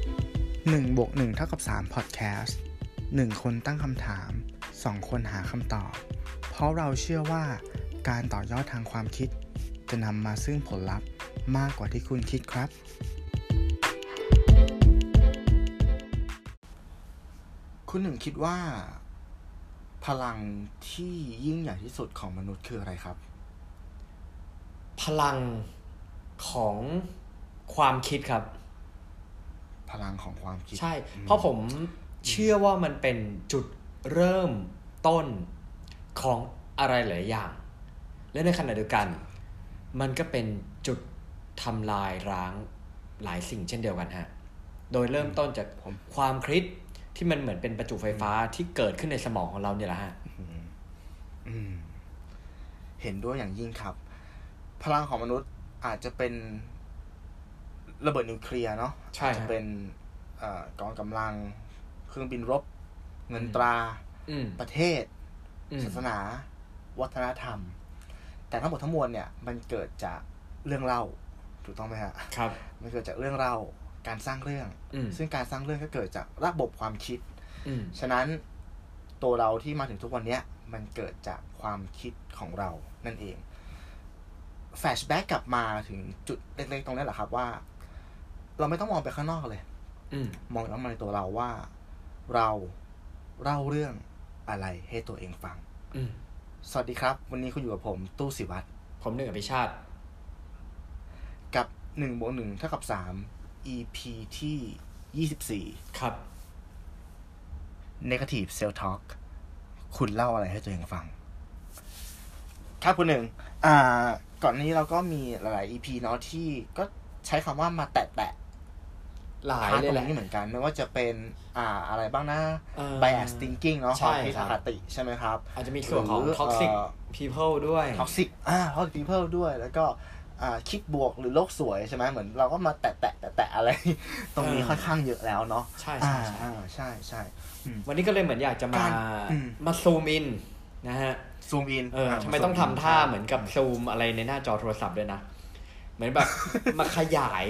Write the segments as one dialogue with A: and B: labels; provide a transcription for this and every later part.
A: 1บวก1เท่ากับ3 Podcast 1 คนตั้งคำถาม 2 คนหาคำตอบ เพราะเราเชื่อว่าการต่อยอดทางความคิด จะนำมาซึ่งผลลัพธ์มากกว่าที่คุณคิดครับ คุณหนึ่งคิดว่า พลังที่ยิ่งใหญ่ที่สุดของมนุษย์คืออะไรครับ
B: พลังของความคิดครับ
A: พลังของความคิด
B: ใช่ เพราะผมเชื่อว่ามันเป็นจุดเริ่มต้นของอะไรหลายอย่าง และในขณะเดียวกัน มันก็เป็นจุดทำลายร้างหลายสิ่งเช่นเดียวกันฮะ โดยเริ่มต้นจาก
A: ผม
B: ความคิดที่มันเหมือนเป็นประจุไฟฟ้าที่เกิดขึ้นในสมองของเราเนี่ยแหละฮะ
A: อืมเห็นด้วยอย่างยิ่งครับ พลังของมนุษย์อาจจะเป็นระเบิดนิวเคลียร์เนาะ
B: ใช่
A: อาจ
B: ฮะ
A: จะเป็นเอ่อกองกำลัง เครื่องบินรบ เงิน
B: อืม
A: ตรา
B: อืม
A: ประเทศ
B: อืม
A: ศาสนา วัฒนธรรม แต่ทั้งหมดทั้งมวลเนี่ย มันเกิดจากเรื่องเล่า ถูกต้องไหมฮะ
B: ครับ
A: มันเกิดจากเรื่องเล่า การสร้างเรื่อง
B: อืม
A: ซึ่งการสร้างเรื่องก็เกิดจากระบบความคิด
B: อืม
A: ฉะนั้นตัวเราที่มาถึงทุกวันเนี้ย มันเกิดจากความคิดของเรานั่นเองแฟชแบ็กกลับมาถึงจุดเล็กๆตรงนี้แหละครับว่า เราไม่ต้องมองไปข้างนอกเลย
B: อืม
A: มองย้อนมาในตัวเราว่า เราเล่าเรื่องอะไรให้ตัวเองฟัง
B: อืม
A: สวัสดีครับ วันนี้คุณอยู่กับผมตู้สิวัตร
B: ผมหนึ่งอภิชาติ
A: กับ1บวก1เท่ากับ3 EP ที่
B: ครับ
A: 24 Negative Self Talk คุณเล่าอะไรให้ตัวเองฟัง ครับคุณหนึ่ง อ่า ก่อนหนานี้เราก็มีหลาย ๆ EP เนาะที่ก็ใช้คำว่ามาแตะแตะ
B: หลาย
A: พาร์ท
B: เล
A: ตรง
B: ยแหละ
A: นี้เหมือนกัน ไม่ว่าจะเป็นอ่าอะไรบ้างนะ
B: เอ่อ
A: bias thinking เนาะค
B: ใช่
A: วามคิด
B: ครั
A: อบ คติใช่ไหมครับ
B: อาจจะมีส่วนของ
A: หรือ
B: toxic
A: เอ่อ
B: people ด้วย
A: toxic อ่า toxic people ด้วย แล้วก็อ่าคิดบวกหรือโลกสวยใช่ไหมเหมือนเราก็มาแตะแตะแตะแตะอะไร ตรงนี้
B: เออ
A: ค่อนข้างเยอะแล้วเนาะ
B: ใช่
A: อ่า
B: ใช่ใช่
A: อ่าใช่ใช่
B: วันนี้ก็เลยเหมือนอยากจะมา
A: การอืม
B: มาซูมอินนะฮะ
A: ซูมอิน
B: เออทำไมต้องทำท่าเหมือนกับซูมอะไรในหน้าจอโทรศัพท์ด้วยนะ เหมือนแบบ มาขยาย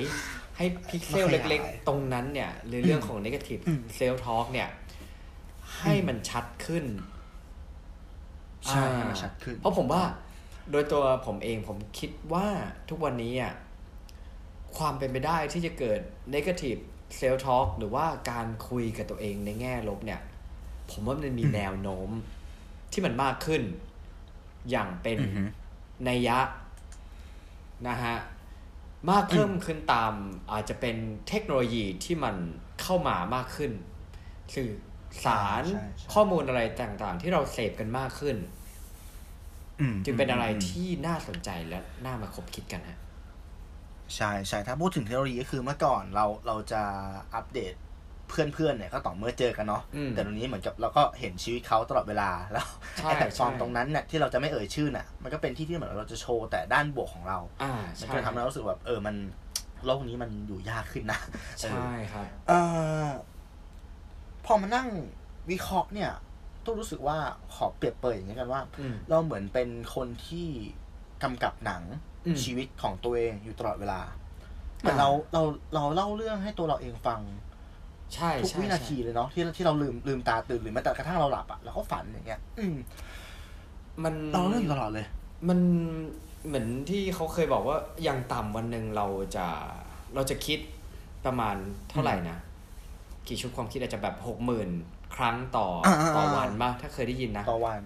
B: ให้พิกเซลเล็กๆ ตรงนั้นเนี่ย หรือเรื่องของ negative self talk เนี่ย ให้มันชัดขึ้น
A: ใช่
B: อ่า
A: ให้มันชัดขึ้น
B: เพราะผมว่าโดยตัวผมเองผมคิดว่าทุกวันนี้อ่ะความเป็นไปได้ที่จะเกิด negative self talk หรือว่าการคุยกับตัวเองในแง่ลบเนี่ย ผมว่ามันมีแนวโน้มที่มันมากขึ้น อย่างเป็น
A: อือฮึ
B: นัยยะนะฮะ มากเพิ่มขึ้นตามอาจจะเป็นเทคโนโลยีที่มันเข้ามามากขึ้น สื่อสาร
A: ใช่ใช่
B: ข้อมูลอะไรต่างๆ ที่เราเสพกันมากขึ้น
A: อืม
B: จึงเป็นอะไร
A: ม
B: ที่น่าสนใจและน่ามาคบคิดกันฮะ
A: ใช่ใช่ถ้าพูดถึงเทคโนโลยีก็คือเมื่อก่อนเราเราจะอัปเดตเพื่อนเพื่อนๆเนี่ยก็ต่อเมื่อเจอกันเนาะ
B: อืม
A: แต่ตรงนี้เหมือนกับเราก็เห็นชีวิตเขาตลอดเวลาแล้ว
B: ใช่
A: ไอ้แพลตฟอร์ม
B: ใช่
A: ตรงนั้นเนี่ยที่เราจะไม่เอ่ยชื่อน่ะ มันก็เป็นที่ที่เหมือนเราจะโชว์แต่ด้านบวกของเรา
B: อ่า
A: มัน
B: ใช่
A: ก็ทำให้เรารู้สึกแบบเออมันโลกนี้มันอยู่ยากขึ้นนะ
B: ใช่ครับ
A: เออพอมานั่งวิเคราะห์เนี่ย ต้องรู้สึกว่าขอเปรียบเปรยอย่างนี้กันว่า
B: อืม
A: เราเหมือนเป็นคนที่กำกับหนัง
B: อืม
A: ชีวิตของตัวเองอยู่ตลอดเวลาเหมือนเราเราเราเล่าเรื่องให้ตัวเราเองฟัง
B: ใช่
A: ทุก
B: ใช่
A: วินาที
B: ใช่
A: เลยเนาะที่ที่เราลืมลืมตาตื่นหรือแม้แต่กระทั่งเราหลับอะเราก็ฝันอย่างเงี้ย อืม
B: มัน
A: เราเล่าเรื่องอยู่ตลอดเลย
B: มันเหมือนที่เขาเคยบอกว่าอย่างต่ำวันหนึ่งเราจะเราจะคิดประมาณเท่าไหร่นะ กี่ชุดความคิดอาจจะแบบหกหมื่นครั้งต่ออา
A: อ่า
B: ต่อวันมาถ้าเคยได้ยินนะ
A: ต่อวัน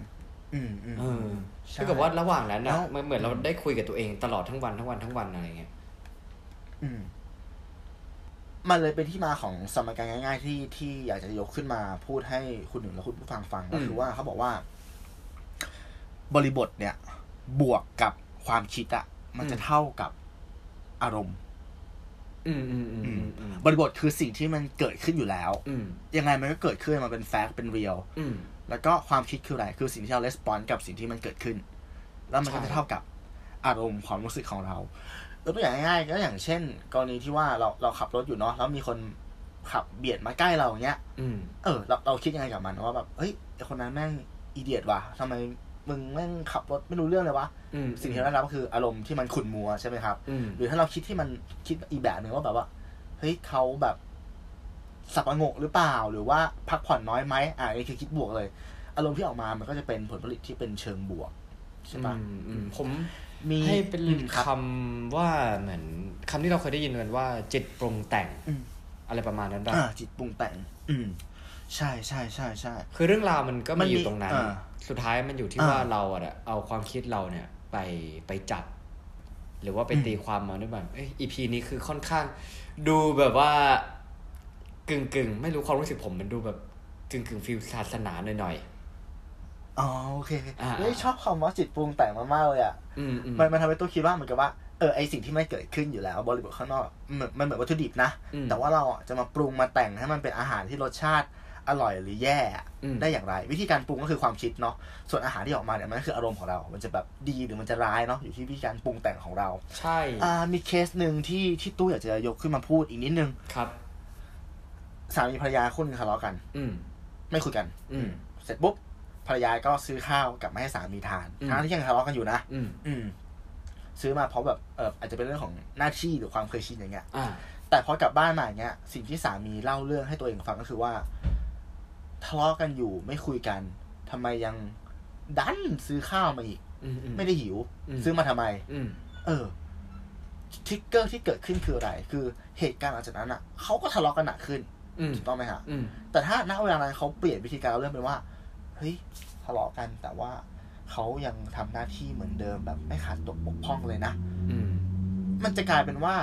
A: อืมอืม
B: เออ
A: ใช่
B: ถ้าเกิดว่าระหว่างนั้น
A: แล้
B: นะ
A: ว
B: มันเหมือนเราได้คุยกับตัวเองตลอดทั้งวันทั้งวันทั้งวันอะไรเงี้ย
A: อืมมันเลยเป็นที่มาของสมการง่าย ๆ ที่ที่อยากจะยกขึ้นมาพูดให้คุณหนึ่งและคุณผู้ฟังฟังก็
B: อืม
A: คือว่าเขาบอกว่า บริบทเนี่ย บวกกับความคิดอะมันจะเท่ากับอารมณ์
B: อืมอืมอืมอืมอืม
A: บริบทคือสิ่งที่มันเกิดขึ้นอยู่แล้ว
B: อืม
A: ยังไงมันก็เกิดขึ้นมันเป็นแฟกต์เป็นเรียล
B: อืม
A: แล้วก็ความคิดคืออะไร คือสิ่งที่เราレスปอนกับสิ่งที่มันเกิดขึ้น แล้วมันก็
B: ใช่
A: จะเท่ากับอารมณ์ความรู้สึกของเรายกตัวอย่างง่ายๆก็อย่างเช่น กรณีที่ว่าเราเราขับรถอยู่เนาะแล้วมีคนขับเบียดมาใกล้เราอย่างเงี้ย
B: อืม
A: เออเราเราคิดยังไงกับมันว่าแบบเฮ้ยไอคนนั้นแม่งอีเดียดว่ะทำไมมึงแม่งขับรถไม่รู้เรื่องเลยวะ
B: อืม
A: สิ่งที่เราได้รับก็คืออารมณ์ที่มันขุ่นมัวใช่ไหมครับ
B: อืม
A: หรือถ้าเราคิดที่มันคิดอีกแบบหนึ่งว่าแบบว่าเฮ้ยเขาแบบ สับประงกหรือเปล่า หรือว่าพักผ่อนน้อยไหมอ่านี่คือคิดบวกเลย อารมณ์ที่ออกมามันก็จะเป็นผลผลิตที่เป็นเชิงบวกใช่ปะ
B: อืมอืมผม
A: มี
B: ให้เป็น
A: อืมครับ
B: คำว่าเหมือนคำที่เราเคยได้ยินกันว่าจิตปรุงแต่ง
A: อืม
B: อะไรประมาณนั้นป่ะ
A: อ่าจิตปรุงแต่ง อืม ใช่ใช่ใช่ใช่
B: คือเรื่องราวมันก็
A: มั
B: มาน
A: มี
B: อยู่ตรงนั้น
A: อ่า
B: สุดท้ายมันอยู่ที่
A: อ่า
B: ว่าเราอะเอาความคิดเราเนี่ยไปไปจับ หรือว่าไป
A: อืม
B: ตีความมาด้วยแบบเอ้ย EP นี้คือค่อนข้าง ดูแบบว่ากึ่งกึ่งๆไม่รู้ความรู้สึกผมมันดูแบบกึ่งกึ่งฟิลศาสนาหน่อย
A: อ๋อโอเค
B: อ่า
A: เฮ้ยชอบคำว่าจิตปรุงแต่งมากๆเลยอ่ะ
B: ๆอืมอืม
A: มันมันทำให้ตัวคิดว่าเหมือนกับว่าเออไอสิ่งที่ไม่เกิดขึ้นอยู่แล้ว บริบทข้างนอกมันมันเหมือนวัตถุดิบนะ
B: อืม
A: แต่ว่าเราอ่ะจะมาปรุงมาแต่งให้มันเป็นอาหารที่รสชาติอร่อยหรือแย่อ่ะ
B: อืม
A: ได้อย่างไร วิธีการปรุงก็คือความคิดเนาะส่วนอาหารที่ออกมาเนี่ยมันก็คืออารมณ์ของเรา มันจะแบบดีหรือมันจะร้ายเนาะอยู่ที่วิธีการปรุงแต่งของเรา
B: ใช่
A: อ่ามีเคสหนึ่งที่ที่ตู้อยากจะยกขึ้นมาพูดอีกนิดนึง
B: ครับ
A: สามีภรรยาคู่หนึงทะเลาะกัน
B: อืม
A: ไม่คุยกัน
B: อืม
A: เสร็จปุ๊บภรรยาก็ซื้อข้าวกลับมาให้สามีทาน
B: อืม
A: ทั้งที่ยังทะเลาะกันอยู่นะ
B: อืม
A: อืม ซื้อมาเพราะแบบเอออาจจะเป็นเรื่องของหน้าที่หรือความเคยชินอย่างเงี้ย
B: อ่า
A: แต่พอกลับบ้านมาอย่างเงี้ย สิ่งที่สามีเล่าเรื่องให้ตัวเองฟังก็คือว่าทะเลาะกันอยู่ไม่คุยกันทำไมยังดันซื้อข้าวมาอีก
B: อือื
A: ไม่ได้หิว
B: อืม
A: ซื้อมาทำไม
B: อืม
A: เออทริกเกอร์ที่เกิดขึ้นคืออะไร คือเหตุการณ์หลังจากนั้นอ่ะเขาก็ทะเลาะกันหนักขึ้น
B: อืม
A: ถูกต้องไหมฮะ
B: อืม
A: แต่ถ้าณเวลานั้นเขาเปลี่ยนวิธีการเล่าเรื่องเป็นว่า เฮ้ยทะเลาะกันแต่ว่าเขายังทำหน้าที่เหมือนเดิมแบบไม่ขาดตกบกพร่องเลยนะ
B: อืม
A: มันจะกลายเป็นว่า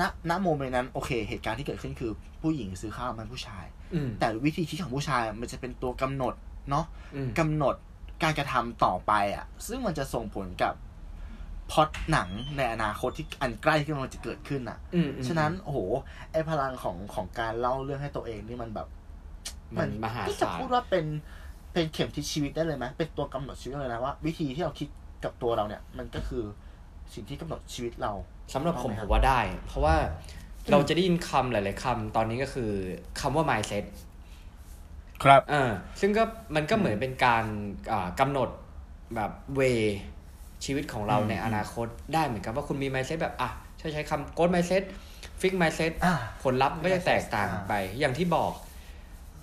A: ณ ณ โมเมนต์นั้น โอเค เหตุการณ์ที่เกิดขึ้นคือผู้หญิงซื้อข้าวมันผู้ชาย
B: อืม
A: แต่วิธีคิดของผู้ชายมันจะเป็นตัวกำหนดเนาะ
B: อืม
A: กำหนดการกระทำต่อไปอะ่ะ ซึ่งมันจะส่งผลกับพล็อดหนังในอนาคตที่อันใกล้ที่มันจะเกิดขึ้นอ่ะ
B: อืมอืม
A: ฉะนั้นโอ้โหไอพลังของของการเล่าเรื่องให้ตัวเองนี่มันแบบ
B: มันมหา
A: ที่จะ
B: ศาล
A: พูดว่าเป็นเป็นเข็มทิศชีวิตได้เลยไหมเป็นตัวกำหนดชีวิตเลยนะว่า วิธีที่เราคิดกับตัวเราเนี่ย มันก็คือสิ่งที่กำหนดชีวิตเรา
B: สำหรับผม
A: เอาไหม
B: ผ
A: ครับ
B: มว่าได้ เพราะว่าเราจะได้ยินคำหลาย ๆคำตอนนี้ก็คือคำว่า mindset
A: ครับ
B: เออซึ่งก็มันก็เหมือนเป็นการอ่ากำหนดแบบเวชีวิตของเรา
A: อืม
B: ในอนาคตได้เหมือนกันว่าคุณมี mindset แบบอ่ะใช้ใช้คำ growth mindset fix mindset
A: อ่า
B: ผลลัพธ์มันก็จะแตกต่างไป อย่างที่บอก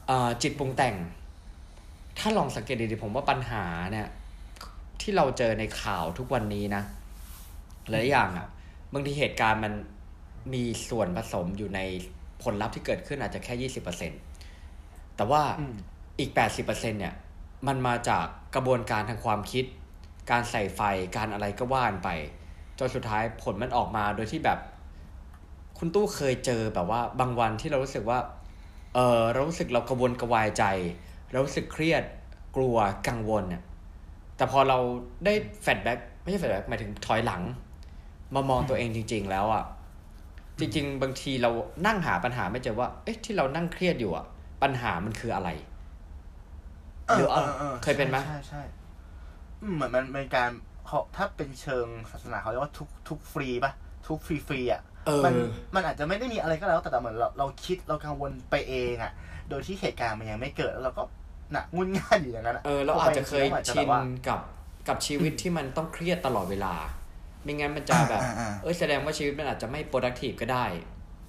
B: เออจิตปรุงแต่ง ถ้าลองสังเกตดีๆผมว่าปัญหาเนี่ย ที่เราเจอในข่าวทุกวันนี้นะหลายอย่างอ่ะบางทีเหตุการณ์มันมีส่วนผสมอยู่ในผลลัพธ์ที่เกิดขึ้นอาจจะแค่ยี่สิบเปอร์เซ็นแต่ว่า
A: อืม
B: อีกแปดสิบเปอร์เซ็นเนี่ย มันมาจากกระบวนการทางความคิด การใส่ไฟการอะไรก็ว่านไป จนสุดท้ายผลมันออกมาโดยที่แบบ คุณตู้เคยเจอแบบว่าบางวันที่เรารู้สึกว่า เออเรารู้สึกเรากระวนกระวายใจ เรารู้สึกเครียดกลัวกังวลเนี่ยแต่พอเราได้แฟลชแบ็กไม่ใช่แฟลชแบ็กหมายถึงถอยหลัง มามองตัวเองจริง ๆ แล้วอะ่ะจริง ๆ บางทีเรานั่งหาปัญหาไม่เจอว่า เอ๊ะที่เรานั่งเครียดอยู่อะ่ะ ปัญหามันคืออะไร หรือเอาเคยเป็นไหม
A: ใช่ใช่อืมเหมือนมันเป็นการเขาถ้าเป็นเชิงศาสนาเขาเรียกว่าทุกทุกฟรีป่ะ ทุกฟรีฟรีอ่ะ
B: เออ
A: มันมันอาจจะไม่ได้มีอะไรก็แล้ว แต่แต่เหมือนเราเราคิดเรากังวลไปเองอ่ะ โดยที่เหตุการณ์มันยังไม่เกิดแล้วเราก็หนักงุนง่านอยู่อย่างนั้น
B: เออเราอาจจะเคย
A: พไปริงๆแล้วอาจจะ
B: ชิ
A: แบบ
B: น
A: ว่า
B: กับกับชีวิตที่มันต้องเครียดตลอดเวลา ไม่งั้นมันจะแบบ
A: อ่าอ่าอ่า
B: เออแสดงว่าชีวิตมันอาจจะไม่ productive ก็ได้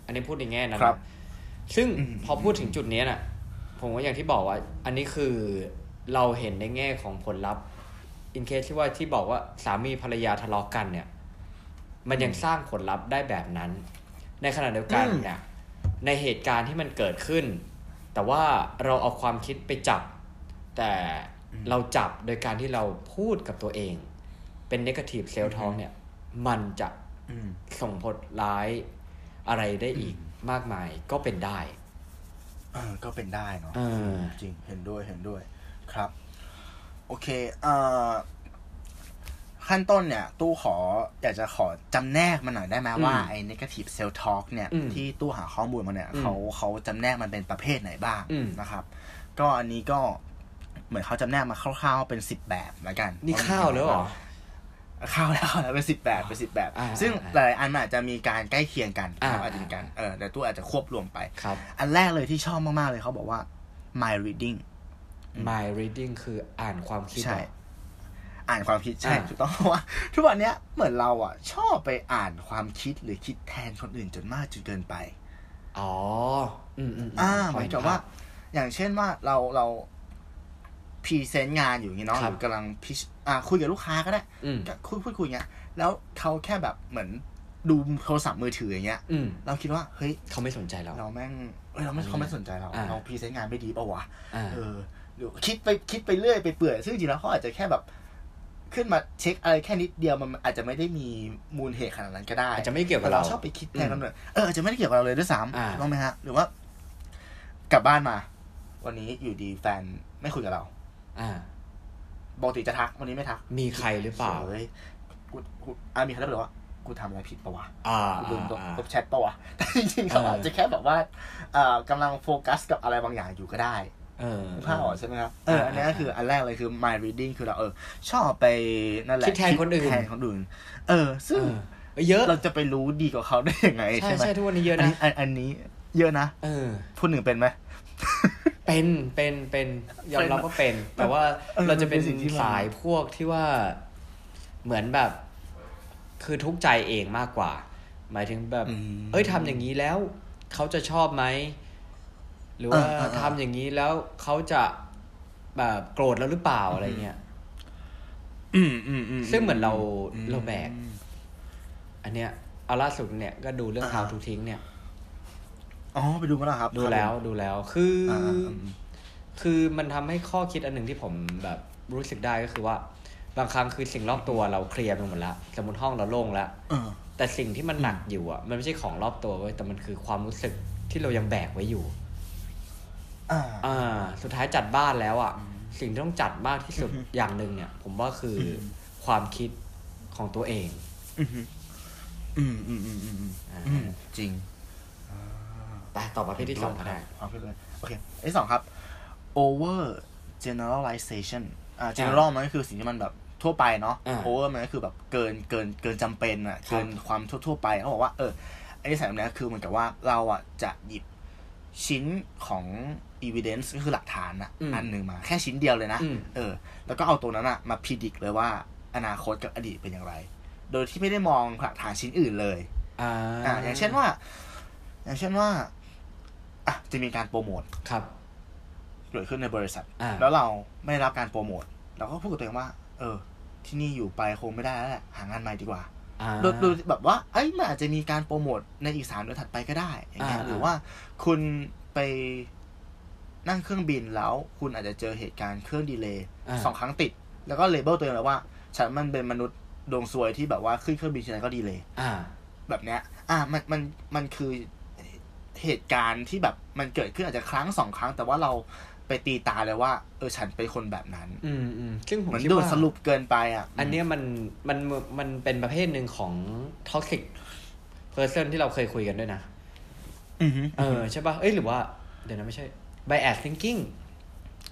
B: อันนี้พูดในแง่นั้นนะครับ ซึ่ง
A: อืม
B: พอพูดถึงจุดเนี้ยน่ะ ผมว่าอย่างที่บอกว่า อันนี้คือเราเห็นในแง่ของผลลัพธ์ อินเคสที่ว่าที่บอกว่าสามีภรรยาทะเลาะกันเนี่ย มันยังสร้างผลลัพธ์ได้แบบนั้น ในขณะเดียวกันเนี่ย ในเหตุการณ์ที่มันเกิดขึ้น แต่ว่าเราเอาความคิดไปจับ แต่เราจับโดยการที่เราพูดกับตัวเอง เป็น negative self talk เนี่ย มันจะ
A: อืม
B: ส่งผลร้ายอะไรได้อีกมากมายก็เป็นได้
A: เออก็เป็นได้เนาะ
B: เออ
A: จริงเห็นด้วยเห็นด้วยครับ โอเคเอ่อขั้นต้นเนี่ย ตู้ขออยากจะขอจำแนกมันหน่อยได้ไหม
B: อืม
A: ว่าไอ้ negative self talk เนี่ย
B: อืม
A: ที่ตู้หาข้อมูลมาเนี่ย
B: อืม
A: เขาเขาจำแนกมันเป็นประเภทไหนบ้าง
B: อืม
A: นะครับ ก็อันนี้ก็เหมือนเขาจำแนกมาคร่าวๆเป็นสิบแบบละกัน
B: นี่ข้าวแล้วเหรอ
A: เข้าแล้วเข้า แล้วเป็นสิบแบบเป็นสิบแบบ
B: อ่า
A: ซึ่ง
B: อ่า
A: หลายๆอันมันอาจจะมีการใกล้เคียงกันนะครับ
B: อ่า
A: อาจจะมีการเออแต่ตู้อาจจะควบรวมไป
B: ครับ
A: อันแรกเลยที่ชอบมาก ๆ เลยเขาบอกว่า my reading
B: my reading คืออ่านความคิด
A: ใช่
B: เหรอ
A: อ่านความคิดใช่
B: อ่า
A: ถูกต้องเพราะว่า ทุกวันเนี้ยเหมือนเราอ่ะ ชอบไปอ่านความคิดหรือคิดแทนคนอื่นจนมากจนเกินไป
B: อ๋อ อืมอืม
A: อ่า
B: พ
A: เหมือน
B: ห็
A: กับ
B: ภ
A: ว่า
B: พ
A: อย่างเช่นว่าเราเราพรีเซนต์งานอยู่อย่างงี้เนาะ
B: ค
A: ห
B: รับ
A: รือกำลังพิชอ่าคุยกับลูกค้าก็ได้
B: อืม
A: ก็คุยพูดคุยอย่างเงี้ย แล้วเขาแค่แบบเหมือนดูโทรศัพท์มือถืออย่างเงี้ย
B: อืม
A: เราคิดว่าเฮ้ย
B: เขาไม่สนใจเรา
A: เราแม่งเอ้ยเราไม่เขาไม่สนใจเรา
B: อ่า
A: เราพรีเซนต์งานไม่ดีเปล่าวะ
B: อ่า
A: เออหรือคิดไปคิดไปเรื่อยไปเปื่อยซึ่งจริงๆแล้วเขาอาจจะแค่แบบ ขึ้นมาเช็คอะไรแค่นิดเดียวมันอาจจะไม่ได้มีมูลเหตุขนาดนั้นก็ได้
B: อาจจะไม่เกี่ยวกับ
A: แต่
B: เรา
A: เราชอบไปคิดแทนกำเนิดเอออาจจะไม่ได้เกี่ยวกับเราเลยด้วยซ้
B: อ่า
A: ำถูกต้องไหมฮะ หรือว่า กลับบ้านมา วันนี้อยู่ดีแฟนไม่คุยกับเรา
B: อ่า
A: ปกติจะทัก วันนี้ไม่ทัก
B: มีใครหรือเปล่า
A: เฮ้ยกูกูอ่ะมีใครได้บอกว่า กูทำอะไรผิดปะวะ
B: อ่า
A: กูลื
B: อ่าม
A: ลบ
B: อ่า
A: ลบแชทปะวะแต่จริงๆเขา
B: เอออ
A: อาจจะแค่แบบว่าเอ่อกำลังโฟกัสกับอะไรบางอย่างอยู่ก็ได้
B: เออ
A: นึกภาพออกใช่ไหมครับเออ
B: อ่า
A: อันนี้ก็คืออันแรกเลยคือ my reading คือเราเออ ชอบไปนั่นแหละ
B: คิดแทนคนอื่น
A: แทนคนอื่น เออ ซึ่ง
B: เออเยอะ
A: เราจะไปรู้ดีกว่าเขาได้ยังไง
B: ใช่
A: ใช่ไหม
B: ใช่ทุกวันนี้เยอะ
A: อัน
B: นะ
A: นี้อันอันนี้เยอะนะ
B: เออ
A: พูดหนึ่งเป็นไหม
B: เป็นเป็นเป็นยอมรับว่าเป็น แต่ว่า
A: เออ
B: เราจะเป็น
A: มันเป็นสิ่งที่มัน
B: สายพวกที่ว่าเหมือนแบบ คือทุกข์ใจเองมากกว่า หมายถึงแบบ เอ้ยทำอย่างนี้แล้ว เขาจะชอบไหม หรือว่า
A: เออเออเออ
B: ทำอย่างนี้แล้วเขาจะแบบโกรธแล้วหรือเปล่าอะไรเงี้ย
A: อืมอืมอืม
B: ซึ่งเหมือนเรา
A: อืม
B: เราแบก อันเนี้ยเอาล่าสุดเนี่ยก็ดูเรื่อง
A: อ่า
B: How to ทิ้งเนี่ย
A: อ๋อไปดูมาแล้วครับ
B: ดูแล้วดูแล้วคือ
A: อ่า
B: อ
A: อ่าอืม
B: คือมันทำให้ข้อคิดอันหนึ่งที่ผมแบบรู้สึกได้ก็คือว่า บางครั้งคือสิ่งรอบตัวเราเคลียร์ไปหมดละสมมติห้องเราโล่งละ
A: เออ
B: แต่สิ่งที่มันหนักอยู่อ่ะมันไม่ใช่ของรอบตัวเว้ยแต่มันคือความรู้สึกที่เรายังแบกไว้อยู่
A: อ่า
B: อ่าสุดท้ายจัดบ้านแล้วอ่ะสิ่งที่ต้องจัดมากที่สุด อย่างหนึ่งเนี่ย ผมว่าคืออความคิดของตัวเอง
A: อืมอืมอืมอืมอืมอืม
B: อ่า
A: อืมจริง
B: แต่ต่อประเภทที่สองก็ได้
A: ความคิดเลยโอเคอันที่สองครับ over generalization อ่า general มันก็คือสิ่งที่มันแบบทั่วไปเนาะ
B: อ่า
A: over มันก็คือแบบเกินเกินเกินจำเป็นอ่ะ
B: ครับ
A: เกินความทั่วๆไปเขาบอกว่า เออไอ้นิสัยแบบเนี้ยคือเหมือนกับว่าเราอ่ะจะหยิบชิ้นของ evidence ก็คือหลักฐานอ่ะ
B: อืม
A: อันหนึ่งมา แค่ชิ้นเดียวเลยนะ
B: อืม
A: เออ แล้วก็เอาตัวนั้นอ่ะ มาพิจิตเลยว่าอนาคตกับอดีตเป็นอย่างไร โดยที่ไม่ได้มองหลักฐานชิ้นอื่นเลย
B: อ่า
A: อ่าอย่างเช่นว่า อย่างเช่นว่าอ่ะจะมีการโปรโมท
B: ครับ
A: เกิดขึ้นในบริษัท
B: อ่า
A: แล้วเราไม่ได้รับการโปรโมทเราก็พูดกับตัวเองว่า เออ ที่นี่อยู่ไปคงไม่ได้แล้วแหละหางานใหม่ดีกว่า
B: อ่า
A: โดยโดยแบบว่าเอ้ยมันอาจจะมีการโปรโมทในอีกสามเดือนถัดไปก็ได้อย่างเงี้ย
B: อ่า
A: หรือว่าคุณไปนั่งเครื่องบินแล้ว คุณอาจจะเจอเหตุการณ์เครื่องดีเลย์
B: อ่า
A: สองครั้งติด แล้วก็เลเบลตัวเองเลยว่า ฉันมันเป็นมนุษย์ดวงซวยที่แบบว่าขึ้นเครื่องบินทีไรก็ดีเลย
B: อ่า
A: แบบเนี้ย อ่ะมัน มัน มันคือเหตุการณ์ที่แบบมันเกิดขึ้นอาจจะครั้งสองครั้ง แต่ว่าเราไปตีตาเลยว่า เออ ฉันเป็นคนแบบนั้น
B: อืมอืมซึ่งผม
A: เหมือน
B: คิด
A: โดน
B: ว่า
A: สรุปเกินไปอ่ะ
B: อันเนี้ยมันมันมันเป็นประเภทหนึ่งของท็อกซิกเพอร์เซนที่เราเคยคุยกันด้วยนะ
A: อือฮึ
B: เออใช่ปะ่ะ เอ้ยหรือว่า เดี๋ยวนะไม่ใช่ bias thinking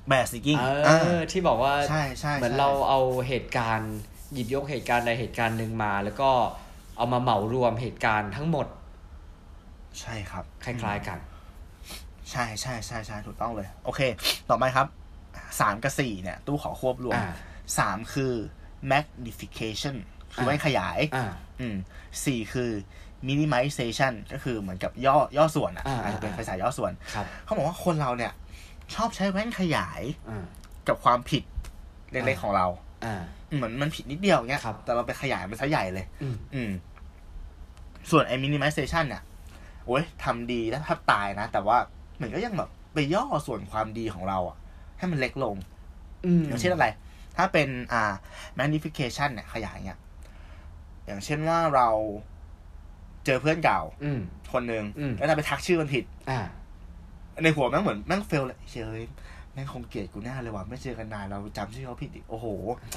A: แบสซิกิ้ง
B: เออ ที่บอกว่า
A: ใช่ใช่
B: เหมือนเราเอาเหตุการณ์ หยิบยกเหตุการณ์ใดเหตุการณ์หนึ่งมา แล้วก็เอามาเหมารวมเหตุการณ์ทั้งหมด
A: ใช่ครับ
B: คล้ายๆกัน
A: ใช่ใช่ใช่ใช่ถูกต้องเลย โอเค ต่อไปครับ สามกับสี่เนี่ย ตู้ขอควบรวม
B: อ่า
A: สามคือ magnification คือไว้ขยาย
B: อ่า
A: อืมสี่คือ minimization ก็คือเหมือนกับย่อย่อส่วนอ่ะ
B: อ่า
A: อาจจะเป็นภาษาย่อส่วน
B: ครับ
A: เขาบอกว่าคนเราเนี่ย ชอบใช้แว่นขยาย
B: อ่า
A: กับความผิดเล็ก
B: อ่า
A: ๆของเรา
B: อ่า
A: เหมือนมันผิดนิดเดียวเงี้ย
B: ครับ
A: แต่เราไปขยายมันซะใหญ่เลย
B: อืม
A: อืม ส่วนไอ้ minimization เนี่ยโอ้ยทำดีแล้วถ้าตายนะ แต่ว่าเหมือนก็ยังแบบไปย่อส่วนความดีของเราอะให้มันเล็กลง
B: อืม
A: อย่างเช่นอะไร ถ้าเป็นอ่า magnification เนี่ยขยายเนี่ยอย่างเช่นว่าเราเจอเพื่อนเก่า
B: อืม
A: คนหนึ่ง
B: อืม
A: แล้วเราไปทักชื่อมันผิด
B: อ่า
A: ในหัวแม่งเหมือนแม่งเฟลเลยเชยแม่งคงเกลียดกูแน่เลยว่ะไม่เจอกันนานเราจำชื่อเขาผิดอีกโอ้โห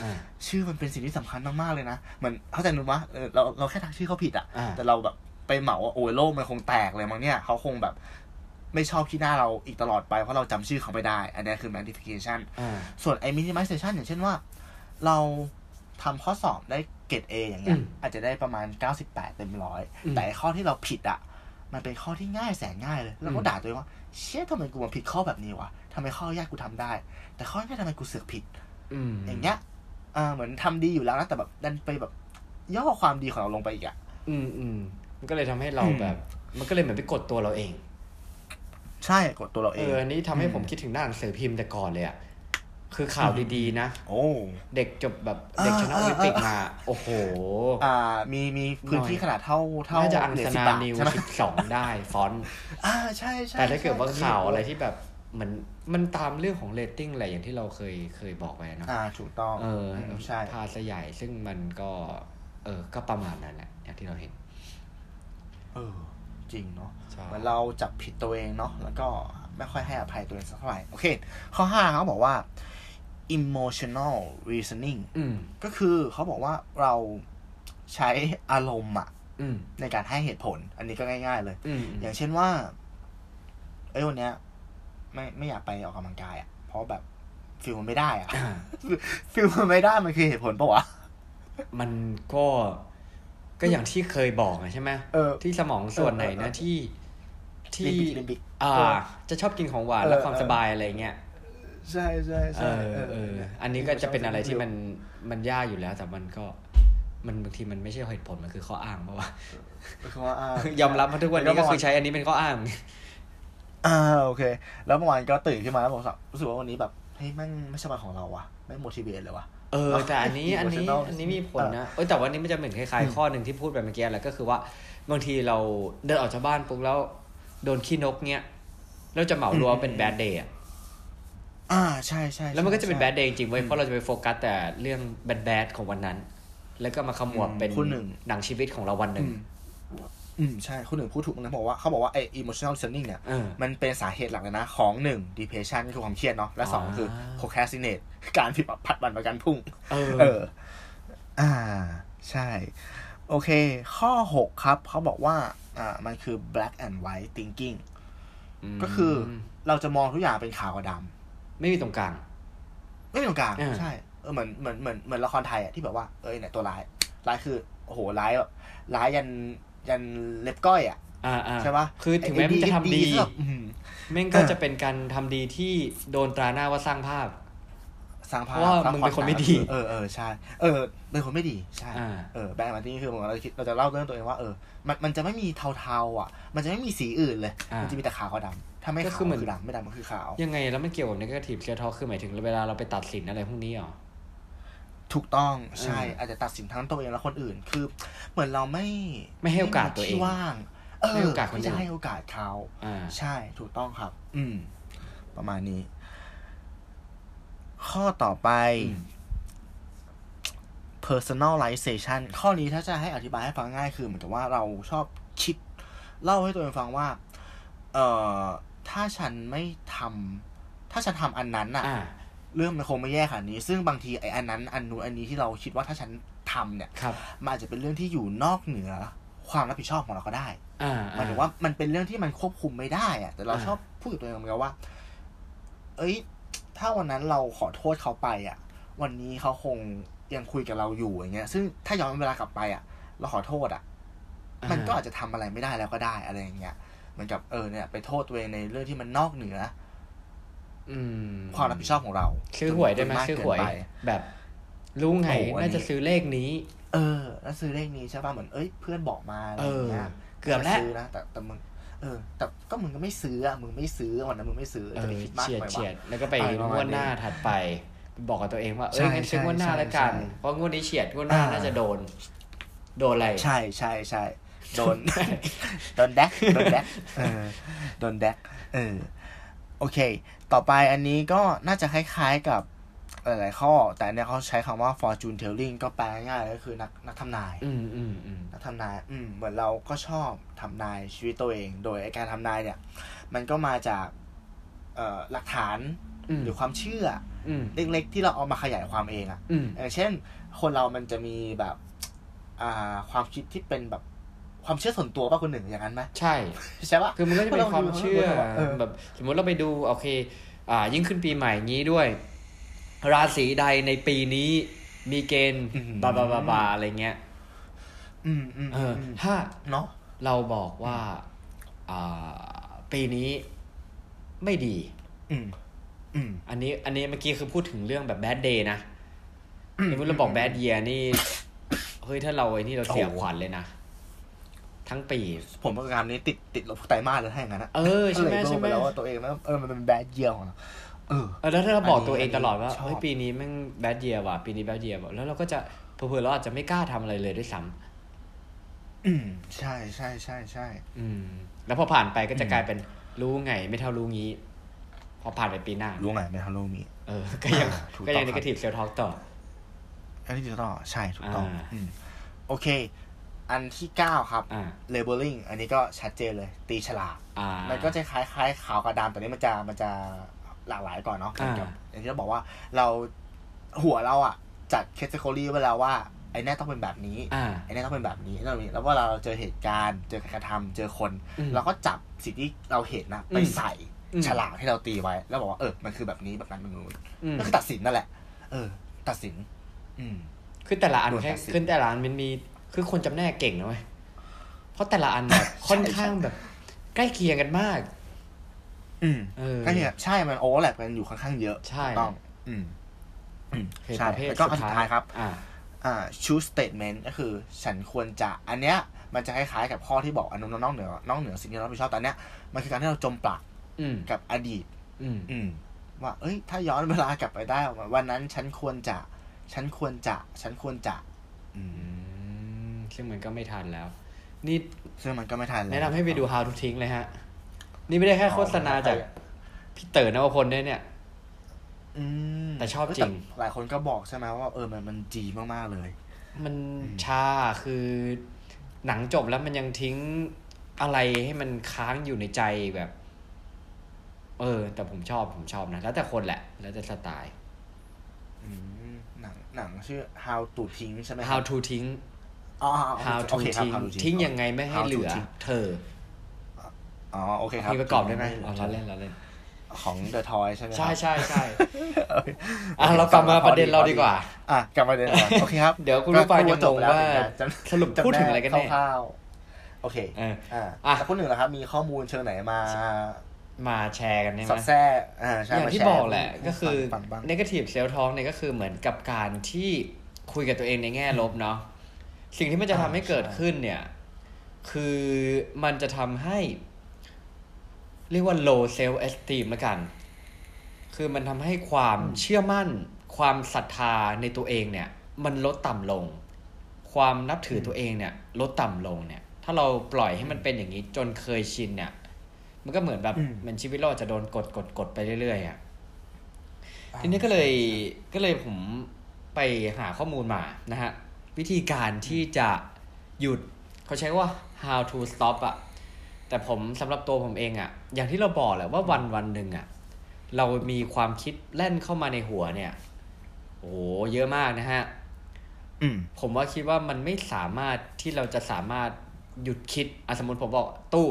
B: อ่า
A: ชื่อมันเป็นสิ่งที่สำคัญมากๆเลยนะเหมือนเข้าใจนุ้นวะเออเราเราแค่ทักชื่อเขาผิดอะ
B: อ่า
A: แต่เราแบบไปเหมาว่าโอ้ยโลกมันคงแตกเลยมั้งเนี่ยเขาคงแบบ ไม่ชอบขี้หน้าเราอีกตลอดไปเพราะเราจำชื่อเขาไม่ได้ อันนี้คือ magnification
B: อ่า
A: ส่วนไอ้ minimization อย่างเช่นว่า เราทำข้อสอบได้เกรด A อย่างเงี้ย
B: อืม
A: อาจจะได้ประมาณ 98 เต็มร้อย
B: อืม
A: แต่ไอ้ข้อที่เราผิดอ่ะ มันเป็นข้อที่ง่ายแสนง่ายเลย แล้วก็
B: อืม
A: ด่าตัวเองว่า เชี่ยทำไมกูมาผิดข้อแบบนี้วะทำไมข้อยากกูทำได้ แต่ข้อง่ายทำไมกูเสือกผิด
B: อืม
A: อย่างเงี้ยอ่าเหมือนทำดีอยู่แล้วนะแต่แบบดันไปแบบ ย่อความดีของเราลงไปอีกอ่ะ
B: อืมอืมมันก็เลยทำให้เราแบบ มันก็เลยเหมือนไปกดตัวเราเอง
A: ใช่กดตัวเรา
B: เอ
A: เอง
B: ออันนี้ทำให้ผมคิดถึงหน้าหนังสือพิมพ์แต่ก่อนเลยอะคือข่าวดีๆนะ
A: โอ้
B: เด็กจบแบบเด็กชนะโอลิมปิกมา โอ้โห
A: อ่า มีมีพื้นที่
B: หน่อย
A: ขนาดเท่าเท่า
B: น่าจะอัง
A: เหรีย
B: ส
A: ญสิบ
B: นา
A: บาท
B: นิว
A: ใช่ไหม
B: สิบสองได้ฟอนต์
A: อ่าใช่ใช่
B: แต่ถ้าเกิดว่า
A: ใช่
B: ข่าวอะไรที่แบบเหมันมันตามเรื่องของเรตติ้งแหละอย่างที่เราเคยเคยบอกไปเนาะ
A: อ่าถูกต้อง
B: เออ
A: มใช่
B: พาสใหญ่ซึ่งมันก็ เออ ก็ประมาณนั้นแหละอย่างที่เราเห็น
A: เออ จริงเนาะ
B: ใช่
A: เหมือนเราจับผิดตัวเองเนาะแล้วก็ไม่ค่อยให้อภัยตัวเองสักเท่าไหร่ โอเค ข้อห้าเขาบอกว่า emotional reasoning
B: อืม
A: ก็คือเขาบอกว่าเราใช้อารมณ์อะ
B: อืม
A: ในการให้เหตุผล อันนี้ก็ง่ายๆเลย
B: อืม
A: อ
B: อื
A: ย่าม งเช่นว่า เอ้ยวันเนี้ย ไม่ไม่อยากไปออกกำลังกายอะเพราะแบบฟิลมันไม่ได้อะ
B: อ่า
A: ฟิลมันไม่ได้มันคือเหตุผลปะวะ
B: มันก็ ก็อย่างที่เคยบอกอะใช่ไหม
A: เออ
B: ที่สมองส่วนไหน
A: เออเอ
B: นะ
A: อ
B: ที่ที่
A: ลิมบิกลิมบิก
B: อ่า
A: เออ
B: จะชอบกินของหวาน
A: เออ
B: และความ
A: เออ
B: สบายอะไรเงี้ย
A: ใช่ใช่
B: เอ
A: ใช่
B: อเออ อันนี้ก็จะเป็นอะไรที่มันมันยากอยู่แล้ว แต่มันก็มันบางทีมันไม่ใช่เหตุผลมันคือข้ออ้างเพราะว่า
A: เขาว่าอ่ะ
B: ยอมรับมาทุกวันนี้ก็คือใช้อันนี้เป็นข้ออ้าง
A: อ่าโอเค แล้วเมื่อวานก็ตื่นขึ้นมาแล้วบอกรู้สึกว่าวันนี้แบบเฮ้ยแม่งไม่ใช่วันของเราว่ะไม่ motivate เลยว่ะ
B: เออ แต่อัน นี้ อันนี้
A: Emotional
B: อันนี้มีผลนะเออแต่วันนี้มันจะเหมือนคล้ายๆข้อหนึ่งที่พูดไปเมื่อกี้แหละก็คือว่าบางทีเราเดินออกจากบ้านปุ๊บแล้ว โดนขี้นกเนี้ยเราจะเหมารวมว่าเป็นแบดเดย์
A: อ่าใช่ใช่
B: แล้วมันก็จะเป็นแบด
A: ใช่
B: เดย์จริงๆเว้ยเพราะเราจะไปโฟกัสแต่เรื่องแบดๆของวันนั้น แล้วก็มาขมวดเป็น
A: อืมคนหนึ่ง
B: หนังชีวิตของเราวันหนึ่ง
A: อืมใช่คนหนึ่งพูดถูกนะบอกว่าเขาบอกว่าไอ้ emotional listening เนี่ย
B: เออ
A: มันเป็นสาเหตุหลักเลยนะ ของหนึ่ง depression ก็คือความเครียดเนาะและสอง
B: อ่า
A: คือ procrastinate การที่แบบผัดวันประกันพรุ่ง
B: เออ
A: เออ อ่า ใช่ โอเค ข้อ 6 ครับ เขาบอกว่า อ่า มันคือ black and white thinking
B: ม
A: ก็คือ เราจะมองทุกอย่างเป็นขาวกับด
B: ไม่มีตรงกลาง
A: ำไม่มีตรงกลาง
B: อ่า
A: ใช่ เออ เหมือน เหมือน เหมือน เหมือนละครไทยอะที่แบบว่า เอ้ยเนี่ยตัวร้าย ร้ายคือ โอ้โห ร้ายแบบ ร้ายยัน ยันเล็บก้อยอะ
B: อ่าอ่า
A: ใช่ปะ
B: คือถึงแม้มันจะทำดี
A: ไอ้แบบอืม
B: แม่งก็จะเป็นการทำดีที่โดนตราหน้าว่าสร้างภาพ
A: สร้างภาพ
B: เพราะว่า
A: สร้
B: มึงเป็นคนไม่ดี
A: เออเออใช่ เออ เป็นคนไม่ดี ใช่
B: อ่า
A: เออแบงค์มาที่นี่คือเหมือนเราคิดเราจะเล่าเรื่องตัวเองว่าเออมันมันจะไม่มีเทาๆอ่ะ มันจะไม่มีสีอื่นเลย
B: อ่ามั
A: มันจะมีแต่ขาวกับดำถ้าไม่
B: ก็
A: ขาว
B: คือเหมื
A: มั
B: อน
A: นคือดำไม่ดำมันคือขาว
B: ยังไงแล้วมันเกี่ยวกับ negative self talk คือหมายถึงเวลาเราไปตัดสินอะไรพวกนี้เหรอ
A: ถูกต้องใช่
B: อืม
A: อาจจะตัดสินทั้งตัวเองและคนอื่น คือ เหมือนเราไม่
B: ไม่ให้โอกาสตัวเอง
A: ไม่มีที่ว่างเอ
B: ให้
A: อ
B: โอกาสคนอื่น
A: ที่จะให้โอกาสเขา
B: อ่า
A: ใช่ถูกต้องครับ อืม ประมาณนี้ ข้อต่อไป
B: อืม
A: personalization ข้อนี้ถ้าจะให้อธิบายให้ฟังง่ายคือเหมือนกับว่าเราชอบคิด เล่าให้ตัวเองฟังว่า เอ่อ ถ้าฉันไม่ทำถ้าฉันทำอันนั้นอะ
B: อ่า
A: เรื่องมันคงไม่แย่ขนาดนี้ ซึ่งบางทีไอ้อันนั้นอันนู้นอันนี้ที่เราคิดว่าถ้าฉันทำเนี่ย
B: ครับ
A: มันอาจจะเป็นเรื่องที่อยู่นอกเหนือ ความรับผิดชอบของเราก็ได้
B: อ่า
A: ห
B: อ่
A: มายถึงว่ามันเป็นเรื่องที่มันควบคุมไม่ได้อะแต่เรา
B: อ่า
A: ชอบพูดกับตัวเองเหมือนกันว่า เอ้ย ถ้าวันนั้นเราขอโทษเขาไปอ่ะ วันนี้เขาคงยังคุยกับเราอยู่อย่างเงี้ย ซึ่งถ้าย้อนเวลากลับไปอ่ะ เราขอโทษอ่ะ มันก็อาจจะทำอะไรไม่ได้แล้วก็ได้อะไรอย่างเงี้ยเหมือนกับเออเนี่ยไปโทษตัวเองในเรื่องที่มันนอกเหนือ
B: อืม
A: ความรับผิดชอบของเรา
B: ซื้อหวยได้ไหม
A: จนาก
B: ซื้อหวย
A: เกินไป
B: แบบลุงไห
A: โอ้โหอันนี้
B: น่าจะซื้อเลขนี้
A: เออ แล้วซื้อเลขนี้ใช่ป่ะเหมือนเอ้ยเพื่อนบอกมาอะไร
B: เอ
A: อย่าง
B: อ
A: เงี้ย
B: เกือบแล้ว
A: ซื้อนะแต่แต่มึงเออ แต่ก็มึงก็ไม่ซื้ออ่ะมึงไม่ซื้อวันนั้นมึงไม่ซื้อ
B: เอ
A: จะไป
B: อ
A: คิดมาก
B: เฉียด
A: ไป
B: เฉียด
A: วะ
B: แล้วก็ไป
A: ไปประ
B: ง
A: มาณนี้
B: วดหน้าถัดไป บอกกับตัวเองว่าเอ้
A: ใช่
B: ยงั้นซื้องวดหน้า
A: ใช่
B: แล้วกัน
A: ใช่
B: เพราะงวดนี้เฉียดงวดหน้า
A: อ่า
B: น่าจะโดน โดนอะไร
A: ใช่ใช่ใช่โดน โดนแดกโดนแดกเออโดนแดกเออโอเค ต่อไปอันนี้ก็น่าจะคล้ายๆกับหลายๆข้อ แต่อันเนี่ยเขาใช้คำว่า fortune telling ก็แปลง่ายๆก็คือนักนักทำนาย
B: อืมอืมอืม
A: นักทำนาย อืม เหมือนเราก็ชอบทำนายชีวิตตัวเอง โดยไอการทำนายเนี่ย มันก็มาจากเอ่อหลักฐาน
B: อืม
A: หรือความเชื่อ
B: อืม
A: เล็กๆ ที่เราเอามาขยายความเองอะ
B: อืม
A: อย่างเช่น คนเรามันจะมีแบบ อ่า ความคิดที่เป็นแบบความเชื่อส่วนตัวป่ะคนหนึ่งอย่างนั้นไหม
B: ใช่
A: ใช่ป่ะ
B: คือมันก็จะเป็นความเชื่อ
A: เออ
B: แบบสมมติเราไปดูโอเค อ่า ยิ่งขึ้นปีใหม่งี้ด้วย ราศีใดในปีนี้มีเกณฑ์
A: อืม
B: บาบาบาบาอะไรเงี้ย
A: อืมอืม
B: เออ
A: ม
B: ถ้า
A: เนาะ
B: เราบอกว่า อ่า ปีนี้ไม่ดี
A: อืม อืม
B: อันนี้ อันนี้เมื่อกี้คือพูดถึงเรื่องแบบแบดเดย์นะสมมติเราบอกแบดเยียนี่ เฮ้ยถ้าเราไอ้นี่เราเสีย
A: โอ้โห
B: ขวัญเลยนะ ท ทั้งปี
A: ผมประการนี้ติดติดลบไตรมาสแล้วถ้าอย่างนั้นอะ
B: เออใช่ไห
A: ก็
B: ม
A: เลย
B: ใช่ไหม
A: รู้ปแล้วว่าตัวเองแล้วเออมันเป็นแบดเยียของเราเออ
B: เออแล้วถ้าเราบอกตัวเอง
A: อันนี้
B: ตลอดว่า
A: ชอบ
B: เฮ้ยปีนี้แม่งแบดเยียว่ะปีนี้แบดเยียว่ะแล้วเราก็จะเผลอๆเราอาจจะไม่กล้าทำอะไรเลยด้วยซ้
A: อืมใช่ใช่ใช่ใช่
B: ำอืม แล้วพอผ่านไปก็จะกลายเป็นรู้ไงไม่เท่ารู้งี้ พอผ่านไปปีหน้า
A: รู้ไงไม่ทันรู้มี
B: เออ ก็ยัง
A: อ่าถูกต้อง
B: ก็ยั
A: ค
B: ง
A: รั
B: ใน
A: บ
B: กระถิบเซลท็อกต่อ
A: อันที่จะต่อใช่ถูกต้อง
B: อ่า
A: อืมโอเค อันที่เก้าครับ
B: อ่า
A: labeling อันนี้ก็ชัดเจนเลย ตีฉลาก
B: อ่า
A: มันก็จะคล้ายคล้ายขาวกับดำแต่นี้มันจะมันจะหลากหลายก่อนเนาะ
B: อ่า
A: กับอย่างที่เราบอกว่าเราหัวเราอะจัดแคตตาล็อไว้แล้วว่าไอ้แน่ต้องเป็นแบบนี้
B: อ่า
A: ไอ้เนี่ยต้องเป็นแบบนี้ไอ้เนี่ยต้องเป็นแบบนี้แล้วเวลาเราเจอเหตุการณ์ เจอการกระทำเจอคน
B: อืม
A: เราก็จับสิ่งที่เราเห็นนะไป
B: อืม
A: ใส่
B: อืม
A: ฉลากที่เราตีไว้ แล้วบอกว่าเออมันคือแบบนี้แบบนั้นแบบนู้น
B: อืม
A: ก็คือตัดสินนั่นแหละ เออ ตัดสิน อืม
B: คือแต่ละอัน
A: โดน
B: แค่
A: ตัดสิน
B: ขึ้นแต่ละอันมันมี คือคนจำแนกเก่งนะเว้ยเพราะแต่ละอัน แบบค่อน
A: ใช่
B: ข้างแบบ ใกล้เคียงกันมาก
A: อืม
B: เออ
A: ก็เนี่ยใช่มันโอเวอร์แลปกันอยู่ค่อนข้างเยอะ
B: ใช่
A: ถูกต้อง อืมอืม
B: คือ
A: ใช่
B: ประเภท
A: แล้วก็อันสุดท้ายครับ
B: อ่า
A: อ่า choose statement ก็คือฉันควรจะ อันเนี้ย มันจะคล้ายๆกับข้อที่บอกอันนู้นนอกเหนือนอกเหนือสิ่งที่เรารับผิดชอบแต่อันเนี้ยมันคือการที่เราจมปลัก
B: อืม
A: กับอดีต
B: อืม
A: อืมว่าเอ้ย ถ้าย้อนเวลากลับไปได้วันนั้นฉันควรจะ ฉันควรจะ ฉันควรจะ อืม
B: อืม ซึ่งมันก็ไม่ทันแล้ว นี่
A: ซึ่งมันก็ไม่ทันล้ว
B: แนะนำให้ไปดู How to ทิ้งเลยฮะ นี่ไม่ได้แค่โฆษณาจาก พี่เต๋อนวพลด้วยเนี่ย
A: อืม
B: แต่ชอบจริง
A: หลายคนก็บอกใช่ไหมว่าเออมันมันดีมากๆเลย
B: มันชาคือหนังจบแล้วมันยังทิ้งอะไรให้มันค้างอยู่ในใจแบบ เออ แต่ผมชอบผมชอบนะ แล้วแต่คนแหละ แล้วแต่สไตล์
A: อืมหนังหนังชื่อ how to ทิ้งใช่ไหมครับ
B: How to ทิ้ง
A: อ๋อ
B: How
A: โอ
B: to
A: เคครับ
B: ทิ้ง
A: How to
B: ทิ้งยังไงไม่ให้
A: How to
B: เหลือ
A: ทิ้ง
B: เธอ
A: อ๋อโอเคครับ
B: มีประกอบด้วยไหมอ๋อเราเล่นเราเล่น
A: ของ The Toy ใช่ไหมครับ
B: ใช่ใช่ใช่
A: โอเค
B: อ่ะเรากลับมาประเด็นเราดีกว่า
A: อ่ะกลับมาประเด็น เราโอเคครับ
B: เดี๋ยวคุณผู้ฟังยังงงว่า
A: จะ
B: สรุป
A: จำ
B: พูดถึงอะไรกันแน่
A: คร่าวๆโอเค
B: เออ
A: อ่า
B: อ่ะ
A: แต่คนหนึ่งนะครับมีข้อมูลเชิงไหนมา
B: มาแชร์กันได้ไห
A: สอ
B: ม
A: ดแทรกอ่าใช่
B: อย่าง
A: ม
B: ที่
A: ชร์
B: บอกแหละ
A: ให้
B: ก็คือ
A: ฟังบ้าง
B: น a t i v e self talk เนี่ยก็คือเหมือนกับการที่คุยกับตัวเองในแง่ลบเนาะสิ่งที่มันจะทำให้เกิดขึ้นเนี่ย คือมันจะทำให้ เรียกว่า low self esteem ละกัน คือมันทำให้ความเชื่อมั่น ความศรัทธาในตัวเองเนี่ย มันลดต่ำลง ความนับถือตัวเองเนี่ย ลดต่ำลงเนี่ย ถ้าเราปล่อยให้มันเป็นอย่างนี้จนเคยชินเนี่ย มันก็เหมือนแบบเหมันชีวิตเราอาจจะโดนกดกดกดไปเรื่อยๆอ่ะ ทีนี้ก็เลยก็เลยผมไปหาข้อมูลมานะฮะ วิธีการที่จะหยุดเขาใช้ว่า how to stop อะแต่ผมสำหรับตัวผมเองอะอย่างที่เราบอกแหละว่าวันวันหนึ่งอะเรามีความคิดแล่นเข้ามาในหัวเนี่ย โอ้โหเยอะมากนะฮะ
A: อืม
B: ผมว่าคิดว่ามันไม่สามารถที่เราจะสามารถหยุดคิดอะสมมติผมบอกตู้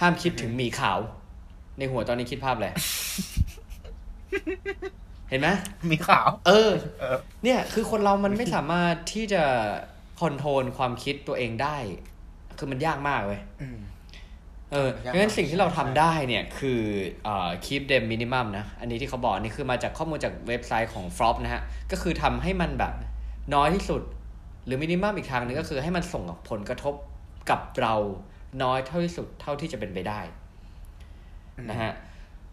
B: ห้ามคิดถึงหมีขาว ในหัวตอนนี้คิดภาพอะไร เห็นไหม
A: มีขาว
B: เออ
A: เออ
B: เนี่ย คือคนเรามันไม่สามารถที่จะคอนโทรลความคิดตัวเองได้ คือมันยากมากเว้ย
A: อืม
B: เออ
A: มันยาก
B: เพราะฉะนั้น
A: มาก
B: สิ่งที่เราทำได้เนี่ยคือเอ่อ keep them minimum นะ อันนี้ที่เขาบอกอันนี่คือมาจากข้อมูลจากเว็บไซต์ของ f r o p นะฮะ ก็คือทำให้มันแบบน้อยที่สุด หรือ minimum อีกทางหนึงก็คือให้มันส่งผลกระทบกับเราน้อยเท่าที่สุดเท่าที่จะเป็นไปได้
A: อืม
B: นะฮะ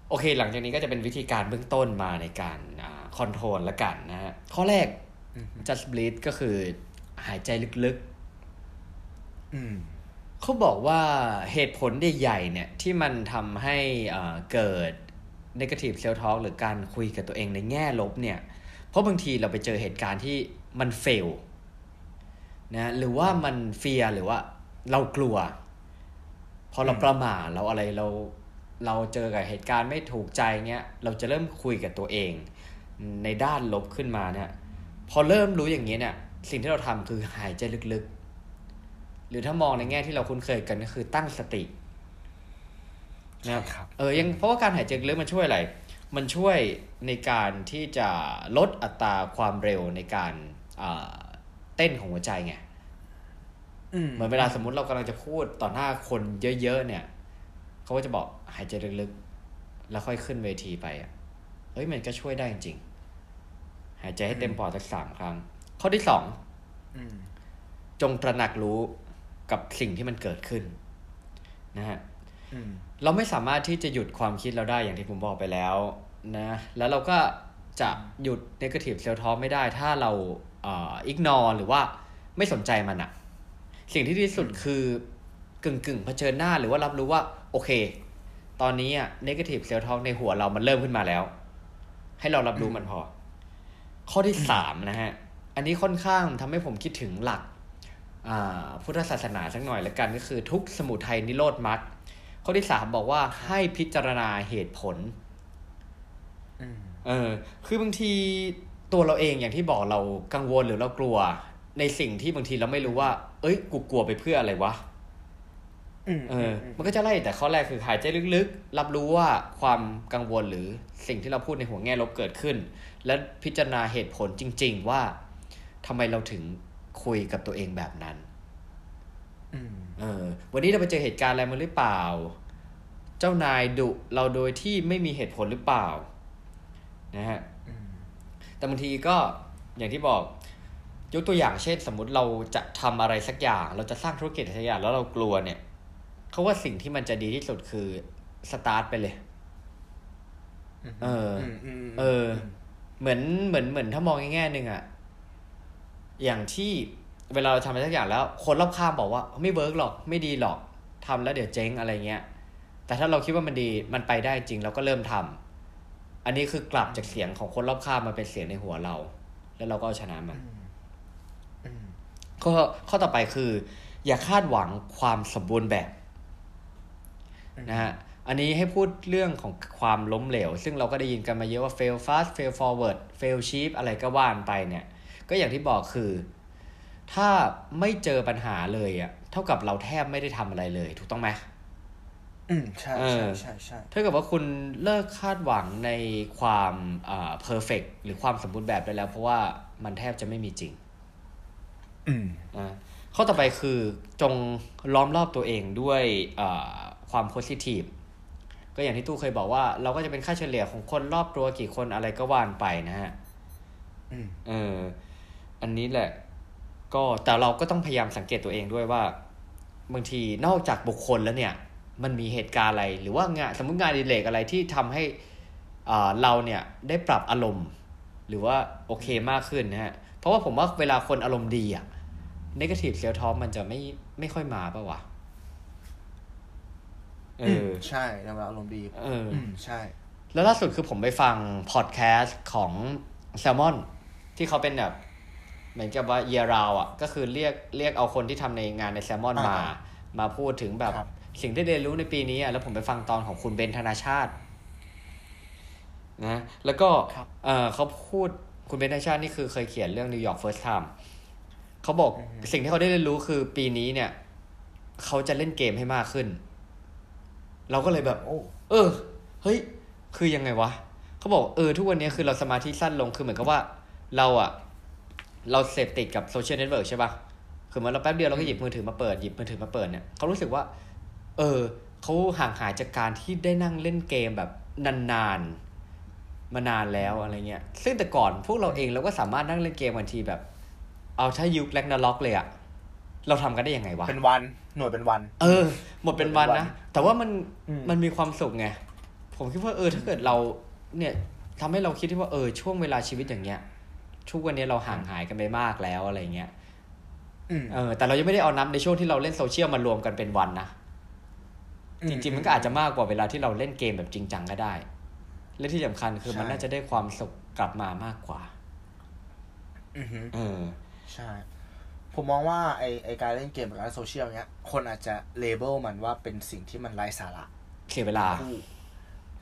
B: โอเค หลังจากนี้ก็จะเป็นวิธีการเบื้องต้นมาในการคอนโทรลละกันนะฮะ ข้อแรก just breathe ก็คือหายใจลึกๆ
A: อืม
B: เขาบอกว่าเหตุผลใหญ่ๆเนี่ยที่มันทำให้เอ่อเกิด negative self talk หรือการคุยกับตัวเองในแง่ลบเนี่ย เพราะบางทีเราไปเจอเหตุการณ์ที่มันเฟลนะหรือว่ามันเฟียหรือว่าเรากลัว พอเราประมาทเราอะไรเราเราเจอกับเหตุการณ์ไม่ถูกใจเงี้ยเราจะเริ่มคุยกับตัวเอง ในด้านลบขึ้นมาเนี่ย พอเริ่มรู้อย่างนี้เนี่ย สิ่งที่เราทำคือหายใจลึกๆ หรือถ้ามองในแง่ที่เราคุ้นเคยกันก็คือตั้งสติ
A: ใช่
B: นะครับ เออยังเพราะว่าการหายใจลึกมันช่วยอะไร มันช่วยในการที่จะลดอัตราความเร็วในการอ่าเต้นของหัวใจไง
A: อืม
B: เหมือนเวลาสมมุติเรากำลังจะพูดต่อหน้าคนเยอะๆเนี่ย เขาก็จะบอกหายใจลึกๆ แล้วค่อยขึ้นเวทีไปอ่ะเอ้ยมันก็ช่วยได้จริงๆหายใจให้เต็มปอดสักสามครั้ง ข้อที่สอง
A: อืม
B: จงตระหนักรู้ กับสิ่งที่มันเกิดขึ้นนะฮะ
A: อืม
B: เราไม่สามารถที่จะหยุดความคิดเราได้อย่างที่ผมบอกไปแล้วนะ แล้วเราก็จะหยุด negative self talk ไม่ได้ ถ้าเราเอ่อ ignore หรือว่าไม่สนใจมันอะสิ่งที่ดีที่สุดคือกึ่งกึ่งๆเผชิญหน้าหรือว่ารับรู้ว่า โอเค ตอนนี้อะ negative self talk ในหัวเรามันเริ่มขึ้นมาแล้ว ให้เรารับรู้มันพอ ข้อที่สามนะฮะ อันนี้ค่อนข้างทำให้ผมคิดถึงหลัก อ่าพุทธศาสนาสักหน่อยละกันก็คือทุกข์สมุทัยนิโรธมรรคข้อที่สามบอกว่าให้พิจารณาเหตุผล
A: อืม
B: เออ คือบางทีตัวเราเองอย่างที่บอกเรากังวลหรือเรากลัว ในสิ่งที่บางทีเราไม่รู้ว่า เอ้ย กูกลัวไปเพื่ออะไรวะ
A: อืม
B: เออ มันก็จะไล่แต่ข้อแรกคือหายใจลึกๆ รับรู้ว่าความกังวลหรือสิ่งที่เราพูดในหัวแง่ลบเกิดขึ้น และพิจารณาเหตุผลจริง ๆ ว่าทำไมเราถึงคุยกับตัวเองแบบนั้น
A: อืม
B: เออวันนี้เราไปเจอเหตุการณ์อะไรมาหรือเปล่า เจ้านายดุเราโดยที่ไม่มีเหตุผลหรือเปล่า นะฮะ
A: อืม
B: แต่บางทีก็อย่างที่บอก ยกตัวอย่างเช่น สมมุติเราจะทำอะไรสักอย่าง เราจะสร้างธุรกิจสักอย่างแล้วเรากลัวเนี่ยเขาว่าสิ่งที่มันจะดีที่สุดคือสตาร์ทไปเลย เออ
A: มอืม
B: เออ เหมือนเหมือนเหมือนถ้ามองในแง่หนึ่งอะอย่างที่เวลาเราทำอะไรสักอย่างแล้ว คนรอบข้างบอกว่าไม่เวิร์กหรอกไม่ดีหรอกทำแล้วเดี๋ยวเจ๊งอะไรเงี้ย แต่ถ้าเราคิดว่ามันดีมันไปได้จริงเราก็เริ่มทำอันนี้คือกลับจากเสียงของคนรอบข้างมาเป็นเสียงในหัวเรา แล้วเราก็เอาชนะมัน
A: อืม
B: ข้อข้อต่อไปคือ อย่าคาดหวังความสมบูรณ์แบบนะฮะอันนี้ให้พูดเรื่องของความล้มเหลว ซึ่งเราก็ได้ยินกันมาเยอะว่า fail fast fail forward fail cheap อะไรก็ว่านไปเนี่ย ก็อย่างที่บอกคือ ถ้าไม่เจอปัญหาเลยอะ่ะเท่ากับเราแทบไม่ได้ทำอะไรเลย ถูกต้องไหม
A: อืมใช่
B: เอ
A: ใช่
B: อ
A: ใช่ใช่
B: เท่ากับว่าคุณเลิกคาดหวังในความอ่า perfect หรือความสมบูรณ์แบบได้แล้ว เพราะว่ามันแทบจะไม่มีจริง
A: อืม
B: อ่าข้อต่อไปคือจงล้อมรอบตัวเองด้วยอ่าความโพสิทีฟก็อย่างที่ตู้เคยบอกว่า เราก็จะเป็นค่าเฉลี่ยของคนรอบตัวกี่คนอะไรก็ว่านไปนะฮะ
A: อืม
B: เอออันนี้แหละ ก็แต่เราก็ต้องพยายามสังเกตตัวเองด้วยว่า บางทีนอกจากบุคคลแล้วเนี่ย มันมีเหตุการณ์อะไร หรือว่างานสมมติงานอดิเลกอะไรที่ทำให้อ่าเราเนี่ยได้ปรับอารมณ์ หรือว่าโอเคมากขึ้นนะฮะ เพราะว่าผมว่าเวลาคนอารมณ์ดีอะ นกาทีฟเซลท็อปมันจะไม่ไม่ค่อยมาปะวะ เอออ
A: ใช่ในเวลาอารมณ์ดี
B: เออ
A: อืม ใช่
B: แล้วล่าสุดคือผมไปฟังพอดแคสต์ของแซลมอนที่เขาเป็นแบบ เหมือนกับว่าเยราวอ่ะ ก็คือเรียกเรียกเอาคนที่ทำในงานในแซลมอนมา
A: อ่า
B: มาพูดถึงแบบ
A: ครับ
B: สิ่งที่เรียนรู้ในปีนี้อ่ะแล้วผมไปฟังตอนของคุณเบนธนาชาติ นะ แล้วก็เออเขาพูดคุณเบนธนาชาตินี่คือเคยเขียนเรื่องนิวยอร์กเฟิร์สไทม์เขาบอกสิ่งที่เขาได้เรียนรู้คือปีนี้เนี่ย เขาจะเล่นเกมให้มากขึ้น เราก็เลยแบบ
A: โอ้
B: เออ เฮ้ย คือยังไงวะ เขาบอก เออ ทุกวันนี้คือเราสมาธิสั้นลง คือเหมือนกับว่าเราอะเราเสพติดกับโซเชียลเน็ตเวิร์กใช่ปะคือเหมันเราแป๊บเดียวเราก็หยิบมือถือมาเปิด หยิบมือถือมาเปิดเนี่ย เขารู้สึกว่า เออ เขาห่างหายจากการที่ได้นั่งเล่นเกมแบบนานๆ มานานแล้วอะไรเงี้ย ซึ่งแต่ก่อนพวกเราเองเราก็สามารถนั่งเล่นเกมบางทีแบบ เอาถ้ายุคแลกนาล็อกเลยอะเราทำกันได้ยังไงวะ
A: เป็นวัน หน่วยเป็นวัน
B: เออ หมดเป็นวัน
A: หมดเป็นวั
B: นะ
A: น
B: แต่ว่ามัน
A: อืม
B: มันมีความสุขไง ผมคิดว่าเออถ้าเกิดเราเนี่ยทำให้เราคิดที่ว่าเออช่วงเวลาชีวิตอย่างเงี้ยช่วงวันเนี้ยเราห่างหายกันไปมากแล้วอะไรเงี้ย
A: อืม
B: เออแต่เรายังไม่ได้เอานับในช่วงที่เราเล่นโซเชียลมารวมกันเป็นวันนะ จริงๆมันก็อาจจะมากกว่าเวลาที่เราเล่นเกมแบบจริงจังก็ได้ และที่สำคัญคือมันน่าจะได้ความสุขกลับมามากกว่า
A: อือฮึ
B: เออ
A: ใช่ ผมมองว่าไอไอการเล่นเกมกับการโซเชียลเนี้ย คนอาจจะเลเบลมันว่าเป็นสิ่งที่มันไร้สาระ
B: เสียเวลา
A: คู่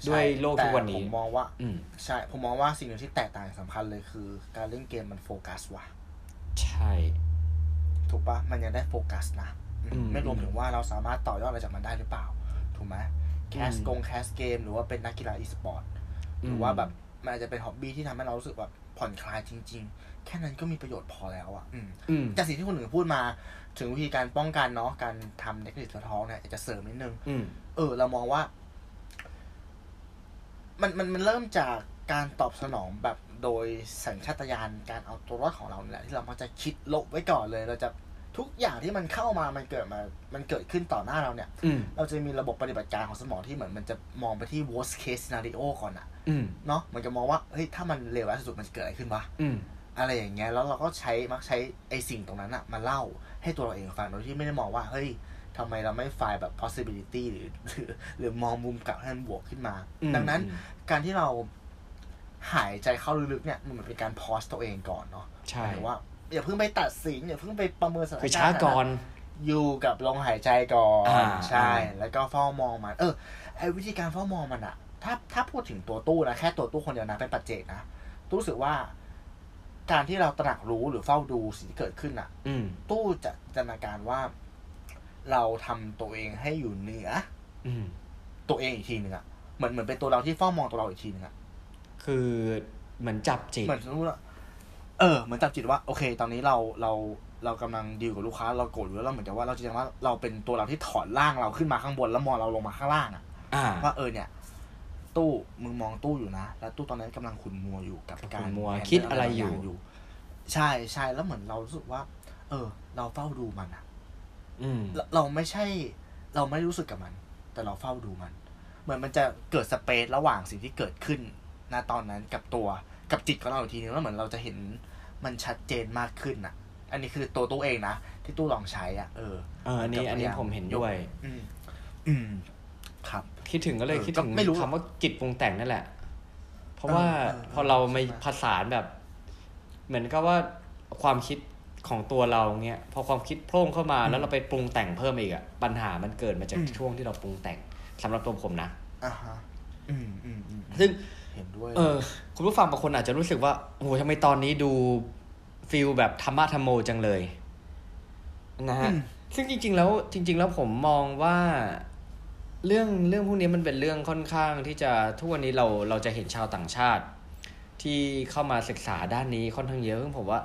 B: ด้วยโลกทุกวันนี้
A: แต่ผมมองว่า
B: อืม
A: ใช่ ผมมองว่าสิ่งหนึ่งที่แตกต่างสำคัญเลยคือ การเล่นเกมมันโฟกัสว่ะ
B: ใช่
A: ถูกปะมันยังได้โฟกัสนะอืม
B: อืม
A: ไม่รวมถึงว่าเราสามารถต่อยอดอะไรจากมันได้หรือเปล่า ถูกไหมแคส
B: อืม
A: กงแคสเกม หรือว่าเป็นนักกีฬาอีสปอร์ต
B: อืม
A: หรือว่าแบบ มันอาจจะเป็นฮ็อบบี้ที่ทำให้เรารู้สึกแบบผ่อนคลายจริง ๆ แค่นั้นก็มีประโยชน์พอแล้วอ่ะอืม
B: อืม
A: จากสิ่งที่คนอื่นพูดมาถึงวิธีการป้องกันเนาะการทำเนกาทีฟสะท้องเนี่ยอยากจะเสริมนิดนึง
B: อืม
A: เออ เรามองว่า มันมันมันเริ่มจากการตอบสนองแบบโดยสัญชาตญาณการเอาตัวรอดของเราเนี่ยแหละที่เรามักจะคิดลบไว้ก่อนเลย เราจะ ทุกอย่างที่มันเข้ามามันเกิดมา มันเกิดขึ้นต่อหน้าเราเนี่ย
B: อืม
A: เราจะมีระบบปฏิบัติการของสมองที่เหมือนมันจะมองไปที่ worst case scenario ก่อนอะ
B: อืม
A: เนาะมันจะมองว่า เฮ้ย ถ้ามันเลวร้ายสุดๆมันจะเกิดอะไรขึ้นวะ
B: อืม
A: อะไรอย่างเงี้ย แล้วเราก็ใช้มักใช้ไอ้สิ่งตรงนั้นอะมาเล่าให้ตัวเราเองฟัง โดยที่ไม่ได้มองว่า เฮ้ยทำไมเราไม่ไฟล์แบบ possibility หรือ หรือหรือมองมุมกลับให้มันบวกขึ้นมา
B: อืม
A: ดังนั้น
B: อืม
A: การที่เราหายใจเข้าลึกๆเนี่ย มันเหมือนเป็นการพอสตัวเองก่อนเนาะ
B: ใช่
A: หรือว่าอย่าเพิ่งไปตัดสินอย่าเพิ่งไปประเมินสถาน
B: คื
A: การ
B: อ
A: ณ์
B: ช้าก่อน
A: อยู่กับลมหายใจก่อน
B: อ่า
A: ใช่
B: อ่า
A: แล้วก็เฝ้ามองมัน เออไอ้วิธีการเฝ้ามองมันอะถ้าถ้าพูดถึงตัวตู้นะแค่ตัวตู้คนเดียวนะเป็นปัจเจกนะตู้รู้สึกว่า การที่เราตระหนักรู้หรือเฝ้าดูสิ่งที่เกิดขึ้นอะ
B: อืม
A: ตู้จะจินตนาการว่า เราทำตัวเองให้อยู่เหนือ
B: อืม
A: ตัวเองอีกทีหนึ่งอะเหมือนเหมือนเป็นตัวเราที่เฝ้ามองตัวเราอีกทีหนึ่งอะ
B: คือเหมือนจับจิต
A: เหมือนสมมติว่าเออ เหมือนจับจิตว่า โอเค ตอนนี้เรา เรา เรากำลังดีลกับลูกค้า เราโกรธอยู่แล้วเราเหมือนกับว่า เราจะยังว่า เราเป็นตัวเราที่ถอดร่างเราขึ้นมาข้างบน แล้วมองเราลงมาข้างล่างอะ
B: อ่า
A: ว่า เออ เนี่ย ตู้ มึงมองตู้อยู่นะ แล้วตู้ตอนนั้นกำลังขุนมัวอยู่กับการ
B: ขุ่นมัว
A: แฮนเดิล
B: คิดอะไรอยู่
A: บางใช่ ใช่ แล้วเหมือนเรารู้สึกว่า เออ เราเฝ้าดูมันอะ
B: อืม
A: เราเราไม่ใช่ เราไม่รู้สึกกับมัน แต่เราเฝ้าดูมัน เหมือนมันจะเกิดสเปซระหว่างสิ่งที่เกิดขึ้นณตอนนั้นกับตัวกับจิตของเราอีกทีนึงแล้วเหมือนเราจะเห็นมันชัดเจนมากขึ้นอ่ะ อันนี้คือตัวตู้เองนะ ที่ตู้ลองใช้อ่ะเออ
B: เอออันนี้
A: กับพยายาม
B: อันนี้ผมเห็นด้วย
A: อืม อืม ครับ
B: คิดถึงก็เลย
A: เออ
B: คิด
A: ก็
B: ถึง
A: ไม่รู้
B: คำว่าจิตปรุงแต่งนั่นแหละ เพราะ
A: เออ
B: ว่า
A: เออเออ
B: พอเรามา
A: ใช่ไหม
B: ผสานแบบ เหมือนกับว่าความคิดของตัวเราเงี้ย พอความคิดโพร่งเข้ามาแล้วเราไปปรุงแต่งเพิ่มอีกอะปัญหามันเกิดมาจากช่วงที่เราปรุงแต่งสำหรับตัวผมนะ
A: อ่าฮะ อืมอืมอืม
B: ซึ่ง
A: เห็นด้วย
B: เออคุณผู้ฟังบางคนอาจจะรู้สึกว่าโอ้โหทำไมตอนนี้ดูฟิลแบบธรรมะธรรมโมจังเลยนะฮะซึ่งจริง ๆ แล้วจริง ๆ แล้วผมมองว่า เรื่องเรื่องพวกนี้มันเป็นเรื่องค่อนข้างที่จะทุกวันนี้เราเราจะเห็นชาวต่างชาติ ที่เข้ามาศึกษาด้านนี้ค่อนข้างเยอะซึ่งผมว่า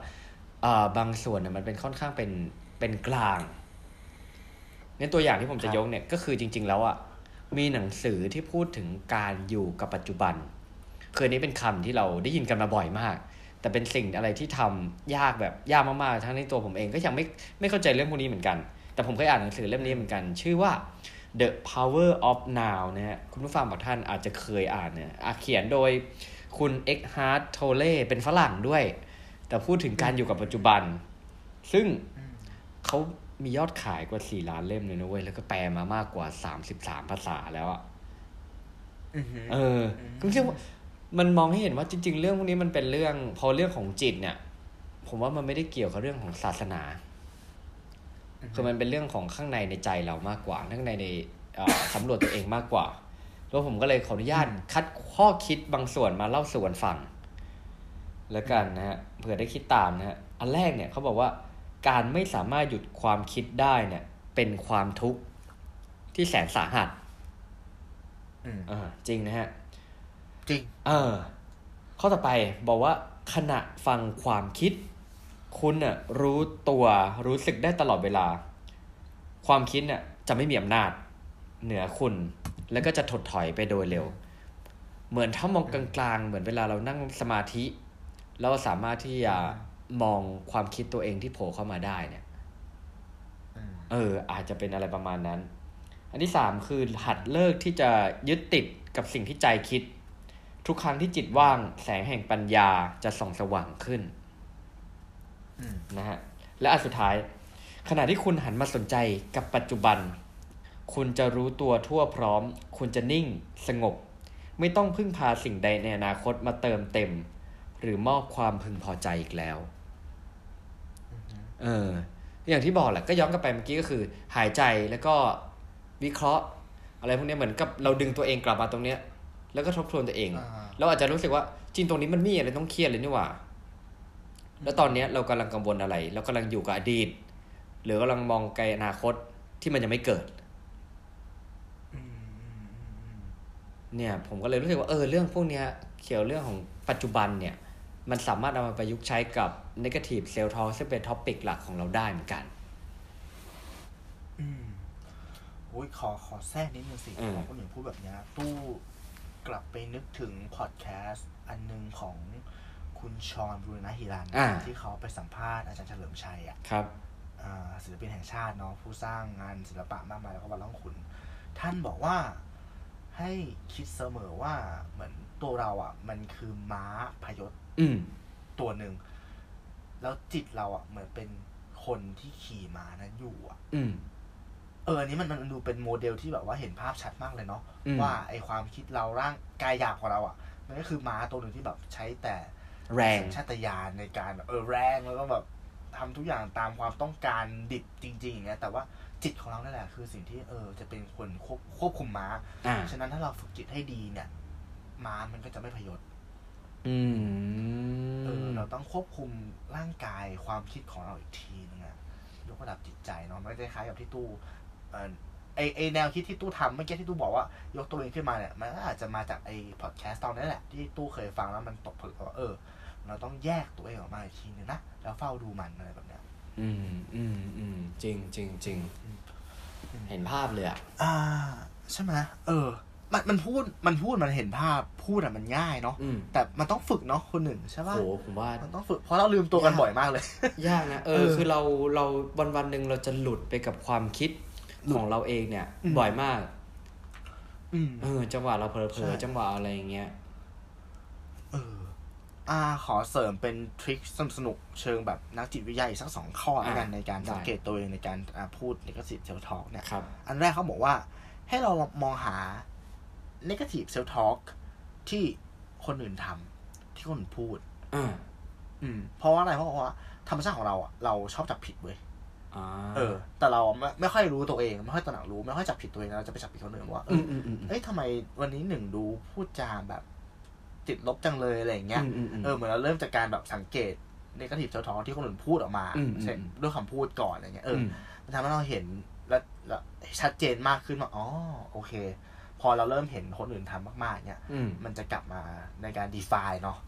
B: เอ่อบางส่วนเนี่ยมันเป็นค่อนข้างเป็นเป็นกลางในตัวอย่างที่ผมจะยกเนี่ยก็คือจริง ๆ แล้วอ่ะมีหนังสือที่พูดถึงการอยู่กับปัจจุบัน คืออนนี้เป็นคำที่เราได้ยินกันมาบ่อยมาก แต่เป็นสิ่งอะไรที่ทำยากแบบยากมากๆ ทั้งในตัวผมเองก็ยังไม่ไม่เข้าใจเรื่องพวกนี้เหมือนกัน แต่ผมเคยอ่านหนังสือเล่มนี้เหมือนกัน ชื่อว่า The Power of Now นะฮะคุณผู้ฟังบางท่านอาจจะเคยอ่านเนี่ยอ่ะเขียนโดยคุณเอ็กฮาร์ o โทเล่เป็นฝรั่งด้วย แต่พูดถึงการอยู่กับปัจจุบัน ซึ่งเขามียอดขายกว่า 4 ล้านเล่มเลยนะเว้ยแล้วก็แปลมามากกว่า 33 ภาษาแล้วอะ
A: อือหือ
B: เออก็เรื่องว่ามันมองให้เห็นว่าจริง ๆ เรื่องพวกนี้มันเป็นเรื่องพอเรื่องของจิตเนี่ย ผมว่ามันไม่ได้เกี่ยวกับเรื่องของศาสนา
A: อือฮึ
B: คือมันเป็นเรื่องของข้างในในใจเรามากกว่า ข้างในในเอ่อ สำรวจตัวเองมากกว่า แล้วผมก็เลยขออนุญาตคัดข้อคิดบางส่วนมาเล่าสู่กันฟัง แล้วกันนะฮะเผื่อได้คิดตามนะฮะอันแรกเนี่ยเขาบอกว่าการไม่สามารถหยุดความคิดได้เนี่ย เป็นความทุกข์ที่แสนสาหัส
A: อืม
B: อ่าจริงนะฮะ
A: จริง
B: เออข้อต่อไปบอกว่าขณะฟังความคิด คุณน่ะรู้ตัวรู้สึกได้ตลอดเวลา ความคิดน่ะจะไม่มีอำนาจ เหนือคุณ แล้วก็จะถดถอยไปโดยเร็ว เหมือนถ้ามองกลางๆ เหมือนเวลาเรานั่งสมาธิ เราสามารถที่จะมองความคิดตัวเองที่โผล่เข้ามาได้เนี่ย
A: อืม
B: เออ อาจจะเป็นอะไรประมาณนั้น อันที่สามคือหัดเลิกที่จะยึดติดกับสิ่งที่ใจคิด ทุกครั้งที่จิตว่างแสงแห่งปัญญาจะส่องสว่างขึ้น
A: อืม
B: นะฮะ และอันสุดท้าย ขณะที่คุณหันมาสนใจกับปัจจุบัน คุณจะรู้ตัวทั่วพร้อม คุณจะนิ่ง สงบ ไม่ต้องพึ่งพาสิ่งใดในอนาคตมาเติมเต็ม หรือมอบความพึงพอใจอีกแล้ว เออ อย่างที่บอกแหละก็ย้อนกลับไปเมื่อกี้ก็คือ หายใจแล้วก็วิเคราะห์ อะไรพวกเนี้ยเหมือนกับเราดึงตัวเองกลับมาตรงเนี้ย แล้วก็ทบทวนตัวเอง
A: อ่า
B: เราอาจจะรู้สึกว่าจริงตรงนี้มันมีอะไรต้องเครียดเลยนี่หว่า แล้วตอนเนี้ยเรากำลังกังวลอะไร เรากำลังอยู่กับอดีต หรือกำลังมองไกลอนาคตที่มันยังไม่เกิด
A: อืมอืมอืม
B: เนี่ยผมก็เลยรู้สึกว่าเออเรื่องพวกเนี้ยเกี่ยวเรื่องของปัจจุบันเนี่ย มันสามารถเอามาประยุกต์ใช้กับ negative sales talk ซึ่งเป็นท็อปิกหลักของเราได้เหมือนกัน
A: อืมโอ้ยขอขอแทรกนิดนึงสิ
B: อืม
A: พอคนหนึ่งพูดแบบเนี้ยตู้กลับไปนึกถึงพอดแคสต์อันหนึงของคุณชอนบรูนาฮิรัน
B: อ่า
A: ที่เขาไปสัมภาษณ์อาจารย์เฉลิมชัยอ่ะ
B: ครับ
A: อ่าศิลปินแห่งชาติเนาะผู้สร้างงานศิลปะมากมายแล้วก็วัดล่องขุน ท่านบอกว่าให้คิดเสมอว่าเหมือนตัวเราอ่ะ มันคือม้าพยศ
B: อืม
A: ตัวหนึ่ง แล้วจิตเราอ่ะ เหมือนเป็นคนที่ขี่ม้านั้นอยู่อ่ะ
B: อืม
A: เอออันนี้มันมันดูเป็นโมเดลที่แบบว่าเห็นภาพชัดมากเลยเนาะ
B: อืม
A: ว่าไอความคิดเราร่างกายหยาบของเราอ่ะ มันก็คือม้าตัวหนึ่งที่แบบใช้แต่
B: แรง
A: สัญชาตญาณในการแบบเออแรงแล้วก็แบบทำทุกอย่างตามความต้องการดิบจริงๆอย่างเงี้ยแต่ว่าจิตของเรานั่นแหละคือสิ่งที่เออจะเป็นคนควบควบคุมม้า
B: อ่า
A: ฉะนั้นถ้าเราฝึกจิตให้ดีเนี่ย ม้ามันก็จะไม่พยศ
B: อืม
A: เออเราต้องควบคุมร่างกายความคิดของเราอีกทีนึงอะยกระดับจิตใจเนาะมันก็จะคล้ายกับที่ตู้เออไอไอแนวคิดที่ตู้ทำเมื่อกี้ที่ตู้บอกว่ายกตัวเองขึ้นมาเนี่ย มันก็อาจจะมาจากไอพอดแคสต์ตอนนั้นแหละ ที่ตู้เคยฟังแล้วมันตกผลึกว่าเออ เราต้องแยกตัวเองออกมาอีกทีนึงนะแล้วเฝ้าดูมันอะไรแบบเนี้ย
B: อืมอืมอืมจริงจริงจริง
A: อืม
B: เห็นภาพเลยอ่ะ
A: อ่าใช่ไหมเออ มันมันพูดมันพูดมันเห็นภาพพูดอะมันง่ายเนาะ
B: อืม
A: แต่มันต้องฝึกเนาะคนหนึ่งใช่ปะ
B: โหผมว่า
A: มันต้องฝึกเพราะเราลืมตัวกัน
B: ยาก
A: บ่อยมากเลย
B: ยากนะ เออ
A: เออ
B: คือเราเราวันวันๆหนึ่งเราจะหลุดไปกับความคิดของเราเองเนี่ย
A: อืม
B: บ่อยมาก
A: อืม
B: เออ จังหวะเราเผลอเผลอ
A: ใช่
B: จังหวะอะไรอย่างเงี้ย
A: เออ อ่าขอเสริมเป็นทริคสนุกๆเชิงแบบนักจิตวิทยาอีกสักสองข้อแล้วกัน
B: อ่ะ
A: ในการ
B: ได้
A: สังเกตตัวเองในการอ่าพูดในกสิทธิ์เซลท็อกเนี่ย
B: ครับ
A: อันแรกเขาบอกว่า ให้เรามองหา negative self talk ที่คนอื่นทำที่คนอื่นพูด
B: อ่า
A: อืม เพราะว่าอะไรเพราะว่าธรรมชาติของเราอ่ะเราชอบจับผิดเว้ย
B: อ่า
A: เออ แต่เราไม่ไม่ค่อยรู้ตัวเองไม่ค่อยตระหนักรู้ไม่ค่อยจับผิดตัวเองเราจะไปจับผิดคนอื่นว่าเอ
B: อื
A: อ
B: มอืมอืม
A: เอ้ยทำไมวันนี้หนึ่งดูพูดจาแบบ ติดลบจังเลยอะไรอย่างเงี้ย
B: อืมอืมอืม
A: เออเหมือนเราเริ่มจากการแบบสังเกตในกระถิบเจ้าท้องที่คนอื่นพูดออกมา
B: อืม
A: เช่น
B: อืม
A: ด้วยคำพูดก่อนอะไรเงี้ย เอออ
B: ม
A: มันทำให้เราเห็นและและชัดเจนมากขึ้นว่าอ๋อโอเค พอเราเริ่มเห็นคนอื่นทำมากๆเนี่ย
B: อืม
A: มันจะกลับมาในการ define เนาะ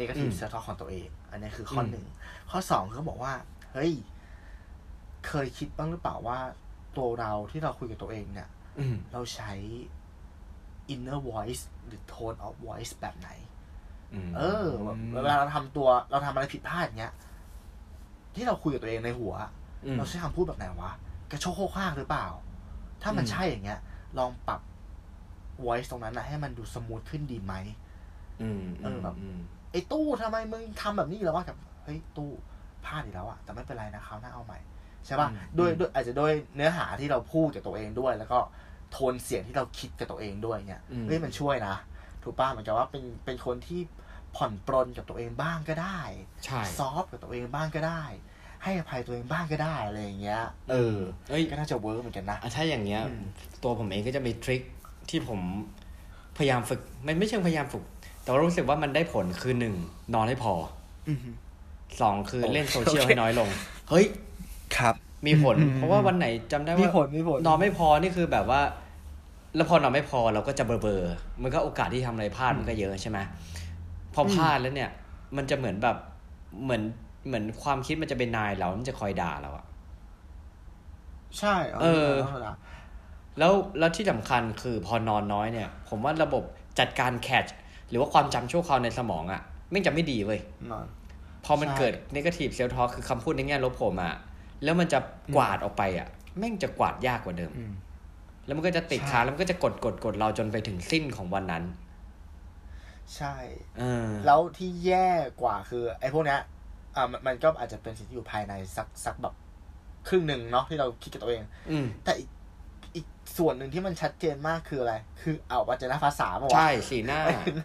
A: negative
B: อืม
A: self talk ของตัวเอง อันนี้คือข้ออ
B: ม
A: หนึ่ง ข้อสองคือบอกว่า เฮ้ย เคยคิดบ้างหรือเปล่าว่าตัวเราที่เราคุยกับตัวเองเนี่ย
B: อืม
A: เราใช้ inner voice หรือ tone of voice แบบไหน
B: ม
A: เออแบบเวลาเราทำตัวเราทำอะไรผิดพลาดอย่างเงี้ย ที่เราคุยกับตัวเองในหัว
B: อืม
A: เราใช้คำพูดแบบไหนวะ กระโชกโคกข้างหรือเปล่า ถ้ามัน
B: อืม
A: ใช่อย่างเงี้ย ลองปรับ voice ตรงนั้นนะให้มันดูสมูทขึ้นดีไหม
B: อืม
A: เออแบบ
B: ม
A: ไอ้ตู้ทำไมมึงทำแบบนี้แล้ววะกับเฮ้ยตู้พลาดอีกแล้วอะแต่ไม่เป็นไรนะคราวหน้าเอาใหม่ใช่ป่ะด้วยด้วยอาจจะด้วยเนื้อหาที่เราพูดกับตัวเองด้วย แล้วก็โทนเสียงที่เราคิดกับตัวเองด้วยเนี่ย
B: อืม
A: เฮ้ยมันช่วยนะถูกป่ะเหมือนกับว่าเป็นเป็นคนที่ผ่อนปรนกับตัวเองบ้างก็ได้
B: ใช่
A: ซอฟต์กับตัวเองบ้างก็ได้ ให้อภัยตัวเองบ้างก็ได้อะไรอย่างเงี้ย เออ
B: เอ้ย
A: ก็น่าจะเวิร์กเหมือนกันนะ
B: อ่ะถ้าอย่างเงี้ย
A: อืม
B: ตัวผมเองก็จะมีทริคที่ผมพยายามฝึกมันไม่เชิงพยายามฝึก แต่ว่ารู้สึกว่ามันได้ผลคือหนึ่งนอนให้พอ
A: อือฮึ
B: สองคือ
A: โอเค
B: เล่นโซเชียล
A: โอเค
B: ให้น้อยลง เฮ้ย
A: ครับ
B: มีผล
A: อืม
B: เพราะว่าวันไหนจำได้
A: มี
B: ว่า
A: ผลมีผล
B: นอนไม่พอนี่คือแบบว่า แล้วพอนอนไม่พอเราก็จะเบลอๆมันก็โอกาสที่ทำอะไรพลาดมันก็เยอะใช่ไหมพอพลาดแล้วเนี่ย มันจะเหมือนแบบเหมือนเหมือนความคิดมันจะเป็นนายเรามันจะคอยด่าเราอะ
A: ใช่
B: เออ
A: ธรรมดา
B: แล้วแล้วที่สำคัญคือพอนอนน้อยเนี่ย ผมว่าระบบจัดการแคชหรือว่าความจำชั่วคราวในสมองอะ่ะไม่งจะไม่ดีเว้ย
A: นอน
B: พอมัน
A: ใช่
B: เกิด negative self talk คือคำพูดในแง่ลบผมอะ่ะแล้วมันจะกวาดออกไปอะ่ะแม่งจะกวาดยากกว่าเดิม
A: อืม
B: แล้วมันก็จะติด
A: ใช่
B: ค้างแล้วมันก็จะกดกดกดเราจนไปถึงสิ้นของวันนั้น
A: ใช่
B: เออ
A: แล้วที่แย่กว่าคือ ไอ้พวกเนี้ยอ่ามันมันก็อาจจะเป็นสิ่งที่อยู่ภายในสักสักแบบครึ่งหนึ่งเนาะที่เราคิดกับตัวเอง
B: อืม
A: แต่อีกอีกส่วนหนึ่งที่มันชัดเจนมากคืออะไร คือเอาวัจนภาษามา
B: ใช่
A: วะ
B: สีหน้า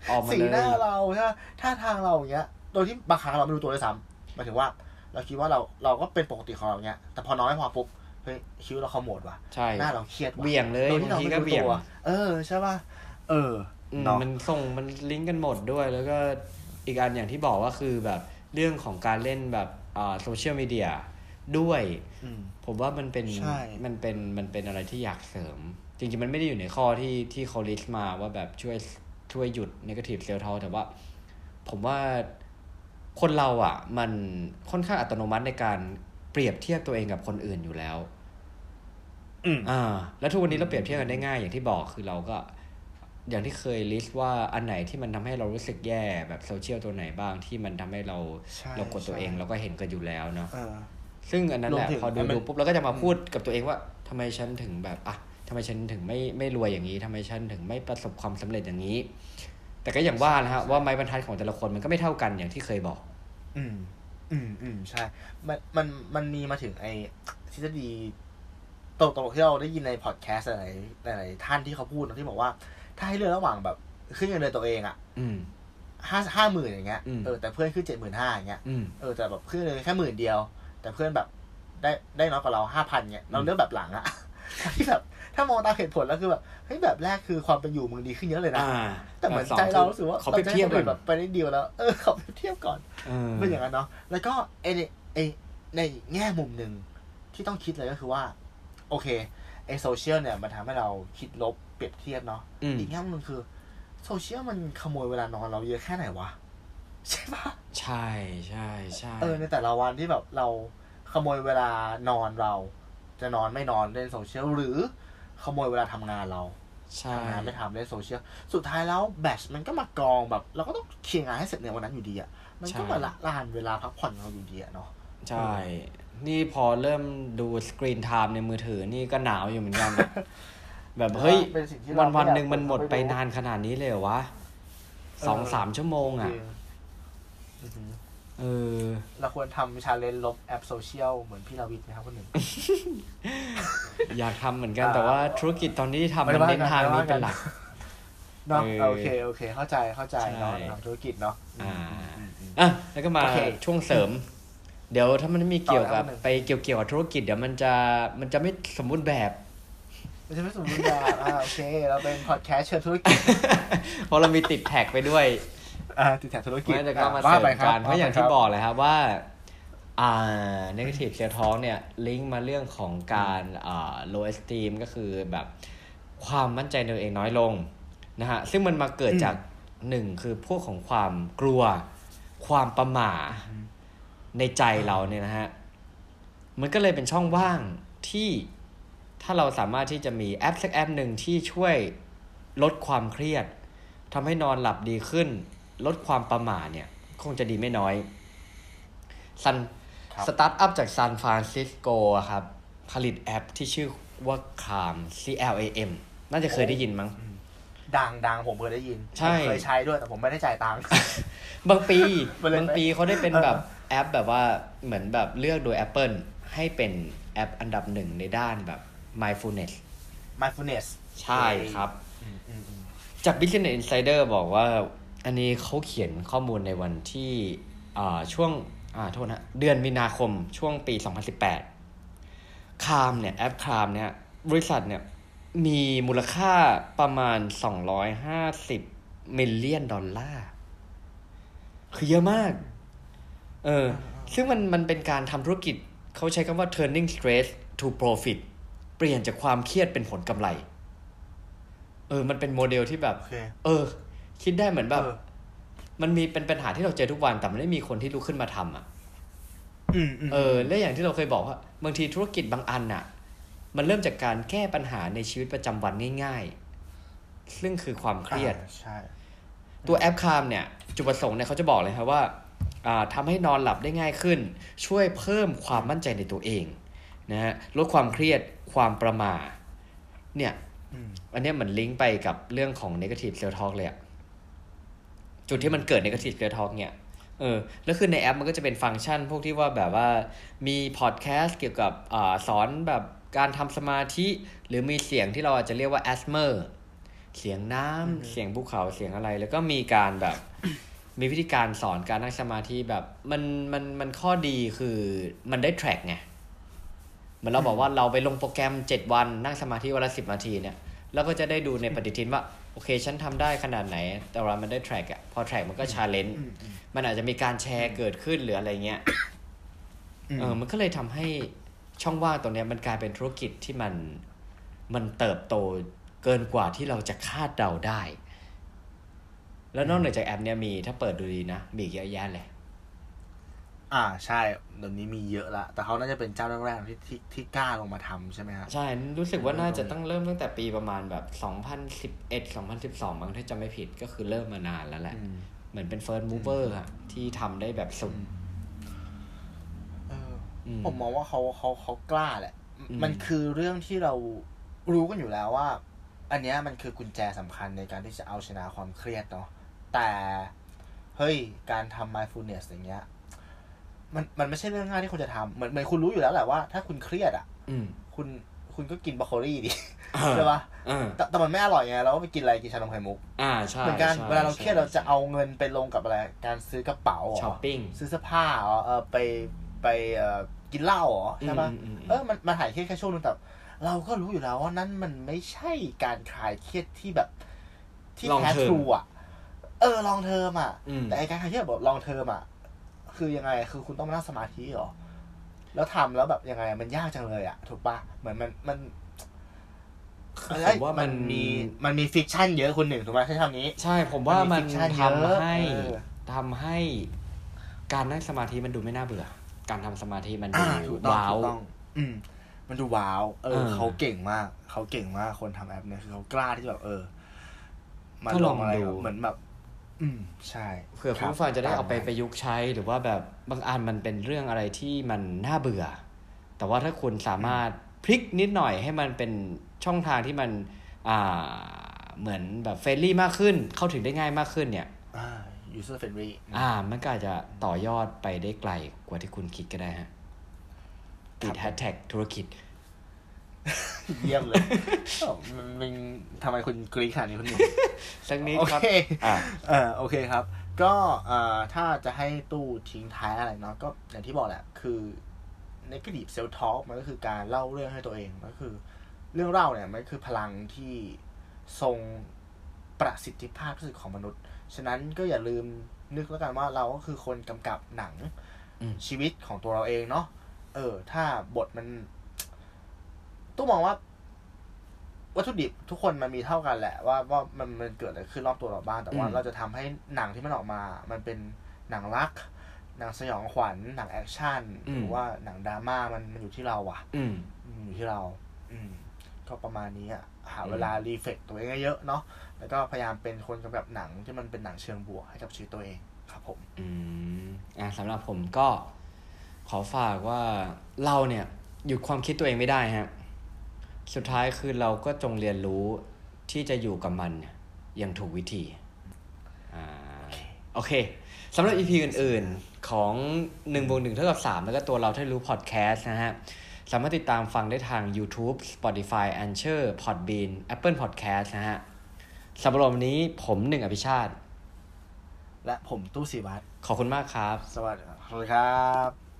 B: ออกมา
A: สีห
B: เล
A: น้าย เราใช่ปะท่าทางเราอย่างเงี้ย โดยที่บางครั้งเราไม่รู้ตัวเลยซ้ำหมายถึงว่า เราคิดว่าเราเราก็เป็นปกติของเราเงี้ย แต่พอน้อยพอปุ๊บเฮ้ยคิ้วเราขมวดว่ะ
B: ใช่
A: หน้าเราเครียดว่ะ
B: เบี่ยงเลย
A: โดยที่
B: บา
A: เรา
B: งที
A: ไม่
B: ก็
A: รู้
B: เบี่ยง
A: ตัวเออใช่ป่ะเออ
B: อืม
A: เนาะ
B: มันส่งมันลิงก์กันหมดด้วย แล้วก็อีกอันอย่างที่บอกว่าคือแบบเรื่องของการเล่นแบบอ่าโซเชียลมีเดียด้วย
A: อืม
B: ผมว่ามันเป็น
A: ใช่
B: มันเป็นมันเป็นอะไรที่อยากเสริม จริงๆ มันไม่ได้อยู่ในข้อที่ที่เขาลิสต์มาว่าแบบช่วยช่วยหยุด negative self talk แต่ว่า ผมว่าคนเราอ่ะ มันค่อนข้างอัตโนมัติในการเปรียบเทียบตัวเองกับคนอื่นอยู่แล้ว
A: อืม
B: อ่า แล้วทุกวันนี้เราเปรียบเทียบกันได้ง่ายอย่างที่บอกคือเราก็ อย่างที่เคยลิสต์ว่าอันไหนที่มันทำให้เรารู้สึกแย่แบบโซเชียลตัวไหนบ้างที่มันทำให้เรา
A: ใช่
B: เรากดตัว
A: ใช่
B: เองเราก็เห็นกันอยู่แล้วเนาะ
A: เออ
B: ซึ่งอันนั้นแหละ
A: รวมถึง
B: พอดู
A: มัน
B: ดูปุ๊บเราก็จะมาพูดกับตัวเองว่าทำไมฉันถึงแบบอ่ะทำไมฉันถึงไม่ไม่รวยอย่างนี้ทำไมฉันถึงไม่ประสบความสำเร็จอย่างนี้ แต่ก็อย่างว่านะฮะว่าไม้บรรทัดของแต่ละคนมันก็ไม่เท่ากันอย่างที่เคยบอก
A: อืม อืม อืม ใช่ มัน มัน มันมีมาถึงไอ้ทฤษฎีตกตกที่เราได้ยินในพอดแคสต์หลายหลายหลายท่านที่เขาพูดนะที่บอกว่า ถ้าให้เลือกระหว่างแบบขึ้นเงินเดือนตัวเองอะ
B: อืม
A: ห้าห้าหมื่นอย่างเงี้ย
B: อืม
A: เออ แต่เพื่อนขึ้นเจ็ดหมื่นห้าอย่างเงี้ย
B: อืม
A: เออ แต่แบบขึ้นเงินแค่หมื่นเดียว แต่เพื่อนแบบได้ได้น้อยกว่าเราห้าพันเงี้ย เราเลือกแบบหลังอะ ที่แบบ ถ้ามองตามเหตุผลแล้วคือแบบ เฮ้ย แบบแรกคือความเป็นอยู่มึงดีขึ้นเยอะเลยนะ
B: อ่า
A: แต่เหมือน
B: สอง
A: ใจเรา
B: คือ
A: รู้สึกว่า
B: ขอไป
A: จะให้
B: เทียบ
A: คน
B: กั
A: อื่
B: น
A: นแบบไปได้เดียวแล้ว เออขอไปเทียบก่อน
B: เออ
A: เป็นอย่างนั้นเนาะ แล้วก็ไอในไอในอีกแง่มุมหนึ่งที่ต้องคิดเลยก็คือว่า โอเคไอโซเชียลเนี่ย มันทำให้เราคิดลบเปรียบเทียบเนาะ
B: อืม
A: อีกแง่มุมหนึงคือโซเชียลมันขโมยเวลานอนเราเยอะแค่ไหนวะ ใช่ปะ
B: ใช่ใช่ใช่
A: เออในแต่ละวันที่แบบเราขโมยเวลานอนเรา จะนอนไม่นอนเล่นโซเชียลหรือขโมยเวลาทำงานเรา
B: ใช่
A: ทำงานไม่ทำเล่นโซเชียล สุดท้ายแล้วแบชมันก็มากองแบบ เราก็ต้องเคลียร์งานให้เสร็จในวันนั้นอยู่ดีอ่ะ มันก็มาละลานเวลาพักผ่อนเราอยู่ดีอ่ะเนาะ
B: ใช่ นี่พอเริ่มดูสกรีนไทม์ในมือถือนี่ก็หนาวอยู่เหมือนกัน แบบเฮ้ย
A: เป็นสิ่งที่
B: วั
A: เรา
B: น
A: ไม่
B: วัน
A: อยาก
B: หนึ่งมันหมดไป
A: ไม่รู้
B: นานขนาดนี้เลยเหรอวะ
A: ออ
B: สองสามชั่วโมงอ่ะ
A: คืออือหือ
B: เออ
A: เราควรทำชาเลนจ์ลบแอปโซเชียลเหมือนพี่ลาวิทไหมครับคนหนึ่ง
B: อยากทำเหมือนกัน
A: อ่า
B: แต่ว่าธุรกิจตอนนี้ที่ทำ
A: ไม่
B: มัน
A: ว่า
B: เน้นทางนี้
A: กันไม่ว่ากั
B: เป็น
A: น
B: หลัก
A: เนาะ
B: เออ
A: โอเคโอเค เข้าใจเข้าใจเนาะ
B: ใช่
A: ทำธุรกิจเนาะอื
B: อ่าม
A: อืมอืม
B: อ่ะแล้วก็มา
A: โอเค
B: ช่วงเสริม เดี๋ยวถ้ามันไม่มีเกี่ยวกับ
A: ต่อแล้ว
B: ไปเกี่ยวเกี่ยวกับธุรกิจเดี๋ยวมันจะมันจะไม่สมบูรณ์แบบ
A: ไม่ใช่ไม่สมบูรณ์แบบอ่าโอเค เราเป็นพอดแคสต์เชิญธุรกิจ
B: เพราะเรามีติดแท็กไปด้วย
A: อ่าติดแถบธุรกิจ
B: ไม่แต่ก็มา
A: ว่
B: เสริม
A: ไปค
B: กันเพ
A: ว่
B: ราะ
A: ไป
B: อย่าง
A: ค
B: ที่
A: รั
B: บอกเลยครับว่า อ่า negative self talk เนี่ย ลิงก์มาเรื่องของการอ่า low esteem ก็คือแบบความมั่นใจในตัวเองน้อยลงนะฮะ ซึ่งมันมาเกิด
A: อืม
B: จากหนึ่งคือพวกของความกลัว ความประหม่าในใจเราเนี่ยนะฮะ มันก็เลยเป็นช่องว่างที่ถ้าเราสามารถที่จะมีแอปสักแอปหนึ่งที่ช่วยลดความเครียดทำให้นอนหลับดีขึ้น ลดความประหม่าเนี่ย คงจะดีไม่น้อยซัน
A: ครับ
B: สตาร์ทอัพจากซานฟรานซิสโกอะครับ ผลิตแอปที่ชื่อว่าคาม C L A M น่าจะเคยได้ยินมั้ง
A: ดังดังผมเคยได้ยิน
B: ใช่
A: ผมเคยใช้ด้วยแต่ผมไม่ได้จ่าย ตังค์
B: บางปี
A: มันเลย
B: บางปีเขา ได้เป็นแบบแอปแบบว่าเหมือนแบบเลือกโดย Apple ให้เป็นแอปอันดับหนึ่งในด้านแบบ mindfulness
A: mindfulness
B: ใช่ครับ
A: อืมอืมอืม
B: จาก Business Insider บอกว่า อันนี้เขาเขียนข้อมูลในวันที่อ่าช่วงอ่าโทษนะเดือนมีนาคมช่วงปี 2018คามเนี่ย แอปคามเนี่ย บริษัทเนี่ย มีมูลค่าประมาณ 250 มิลเลียนดอลลาร์ คือเยอะมาก เออ ซึ่งมันมันเป็นการทำธุรกิจ เขาใช้คำว่า turning stress to profit เปลี่ยนจากความเครียดเป็นผลกำไร เออ มันเป็นโมเดลที่แบบ
A: โอเค
B: เออ คิดได้เหมือนแบบ
A: เออ
B: มันมีเป็นปัญหาที่เราเจอทุกวันแต่มันไม่มีคนที่ลุกขึ้นมาทำอ่ะ
A: อืมอืม
B: เออและอย่างที่เราเคยบอกว่าบางทีธุรกิจบางอันน่ะ มันเริ่มจากการแก้ปัญหาในชีวิตประจำวันง่ายๆ ซึ่งคือความเครียด
A: อ่าใช่
B: ตัวแอปคามเนี่ยจุดประสงค์เนี่ยเขาจะบอกเลยครับว่าอ่าทำให้นอนหลับได้ง่ายขึ้น ช่วยเพิ่มความมั่นใจในตัวเองนะฮะลดความเครียดความประหมาเนี่ย
A: อืม
B: อันเนี้ยเหมือนลิงก์ไปกับเรื่องของ negative self talk เลยอะจุดที่มันเกิด negative self talk เนี่ยเออแล้วคือในแอปมันก็จะเป็นฟังก์ชัน พวกที่ว่าแบบว่ามีพอดแคสต์เกี่ยวกับอาสอนแบบการทำสมาธิ หรือมีเสียงที่เราอาจจะเรียกว่า asthma เสียงน้ำเสียงภูเขาเสียงอะไร แล้วก็มีการแบบ มีวิธีการสอนการนั่งสมาธิแบบมันมันมันข้อดีคือมันได้แทร็กไงเหมือนเราบอกว่าเราไปลงโปรแกรมเจ็ดวันนั่งสมาธิวันละสิบนาทีเนี่ยเราก็จะได้ดูในปฏิทินว่า โอเค ฉันทำได้ขนาดไหน แต่ว่ามันได้แทร็กอะพอแทร็กมันก็ชาเลนจ์
A: อืมอืม
B: มันอาจจะมีการแชร์เกิดขึ้นหรืออะไรเงี้ย
A: อืม
B: เออ มันก็เลยทำให้ช่องว่างตรงเนี้ยมันกลายเป็นธุรกิจที่มันมันเติบโตเกินกว่าที่เราจะคาดเดาได้ แล้วนอกเหนือจากแอปเนี่ยมีถ้าเปิดดูดีนะ มีอีกเยอะแยะเลย
A: อ่าใช่เดี๋ยวนี้มีเยอะละ แต่เขาน่าจะเป็นเจ้าแรกๆที่ที่ที่กล้าลงมาทำใช่ไหมฮะ
B: ใช่ รู้สึกว่าน่าจะตั้งเริ่มตั้งแต่ปีประมาณแบบ 2011 2012มั้งถ้าจำไม่ผิดก็คือเริ่มมานานแล้วแหละ
A: อืม
B: เหมือนเป็น first mover อะที่ทำได้แบบสุด
A: เออ
B: อืม
A: ผมมองว่าเขาเขาเขากล้าแหละ
B: อืม
A: มันคือเรื่องที่เรารู้กันอยู่แล้วว่า อันเนี้ยมันคือกุญแจสำคัญในการที่จะเอาชนะความเครียดเนาะแต่เฮ้ยการทำ mindfulness อย่างเงี้ย มันมันไม่ใช่เรื่องง่ายที่คุณจะทำเหมือนเหมือนคุณรู้อยู่แล้วแหละว่าถ้าคุณเครียดอ่ะ
B: อืม
A: คุณคุณก็กินบรอกโคลี ดิใช่ปะ
B: อ่า
A: แต่แต่มันไม่อร่อยไงเราก็ไปกินอะไรกินชานมไข่มุก
B: อ่าใช่
A: เหมือนกัน
B: ใช่
A: เวลาเราเครียด
B: ใช่
A: เราจะเอาเงินไปลงกับอะไรการซื้อกระเป๋าเหร
B: ช้อ
A: อ
B: ปปิ้ง
A: ซื้อเสื้อผ้าเหรอเออไปไปเอ่อกินเหล้าเหรอใช่ปะ
B: อืมอืมอืม
A: เออมันมันหายเครียดแค่ช่วงนึงแต่เราก็รู้อยู่แล้วว่านั้นมันไม่ใช่การคลายเครียดที่แบบที่แท้ทรูอ่ะ เออลองเทอมอ่ะ
B: อืม
A: แต่ไอ้การคลายเครียดแบบลองเทอมอ่ะ คือยังไงคือคุณต้องมานั่งสมาธิเหรอแล้วทำแล้วแบบยังไงมันยากจังเลยอ่ะ ถูกปะเหมือนมันมัน
B: ผมว่ามัน
A: มีมันมีฟิกชันเยอะคนหนึ่งถูกไหมใช้คำนี้
B: ใช่ผมว่ามัน
A: มันมีฟิกชันเย
B: ทำ
A: อะ
B: ให้
A: เออ
B: ทำให้การนั่งสมาธิมันดูไม่น่าเบื่อ การทำสมาธิมัน
A: อ่า
B: ดู
A: ถูกต้อง
B: ว้าว
A: ถูกต้อง อืม มันดูว้าว เอ
B: เอ
A: อ
B: อ
A: เขาเก่งมาก เขาเก่งมาก คนทำแอปเนี่ยคือเขากล้าที่แบบเออ มา
B: ก็
A: ล
B: ลอง
A: งอะไร
B: ดู
A: แบบเหมือนแบบ อืม ใช่
B: เผื่อ
A: ค
B: คุ
A: รั
B: ณ
A: บ
B: ผู้ฟังจะได้
A: ตม
B: เอาไปประยุกต์ใช้หรือว่าแบบบางอันมันเป็นเรื่องอะไรที่มันน่าเบื่อ แต่ว่าถ้าคุณสามารถพลิกนิดหน่อยให้มันเป็นช่องทางที่มันอ่าเหมือนแบบเฟรนลี่มากขึ้น เข้าถึงได้ง่ายมากขึ้นเนี่ย
A: อ่า user friendly
B: อ่า มันก็อาจจะต่อยอดไปได้ไกลกว่าที่คุณคิดก็ได้ฮะติดแฮชแท็กธุรกิจ
A: เยี่ยมเลยเอ้ามันมัน ทำไมคุณกรี๊ดขนาดนี้คุณหนุ่ม
B: สักนิด
A: โอ
B: ครับ
A: เค
B: อ่า
A: เออโอเคครับ ก็เอ่อถ้าจะให้ตู้ทิ้งท้ายอะไรเนาะก็อย่างที่บอกแหละ คือในกระดิบเซลท็อกมันก็คือการเล่าเรื่องให้ตัวเองก็คือ เรื่องเล่าเนี่ยมันคือพลังที่ทรงประสิทธิภาพที่สุดของมนุษย์ ฉะนั้นก็อย่าลืมนึกแล้วกันว่าเราก็คือคนกำกับหนัง
B: อืม
A: ชีวิตของตัวเราเองเนาะเออ ถ้าบทมัน ตู้มองว่า วัตถุดิบทุกคนมันมีเท่ากันแหละว่าว่ามันมันเกิดอะไรขึ้นรอบตัวเราบ้าง แต่ว่า
B: อืม
A: เราจะทำให้หนังที่มันออกมา มันเป็นหนังรัก หนังสยองขวัญหนังแอคชั่นหรือว่าหนังดราม่ามันมันอยู่ที่เราอะ
B: อืม
A: อืมอยู่ที่เรา อืม ก็ประมาณนี้อะหา
B: อืม
A: เวลารีเฟกตัวเองเยอะๆเนาะแล้วก็พยายามเป็นคนกำกับหนังที่มันเป็นหนังเชิงบวกให้กับชีวิตตัวเองครับผม
B: อืมอ่ะสำหรับผมก็ขอฝากว่าเราเนี่ย หยุดความคิดตัวเองไม่ได้ฮะสุดท้ายคือเราก็จงเรียนรู้ที่จะอยู่กับมันอย่างถูกวิธีอ่าโอเคสำหรับ EP อื่นๆ ของ1นึ่งบวกหนึ่งเท่ากับ 3 แล้วก็ตัวเราที่รู้พอดแคสต์นะฮะ สามารถติดตามฟังได้ทาง YouTube Spotify a n c h o r Podbean Apple Podcast นะฮะสำหรับวันนี้ผมหนึ่งอภิชาติ
A: และผมตู้สีวัตร
B: ขอบคุณมากครับ
A: สวัสดีครับ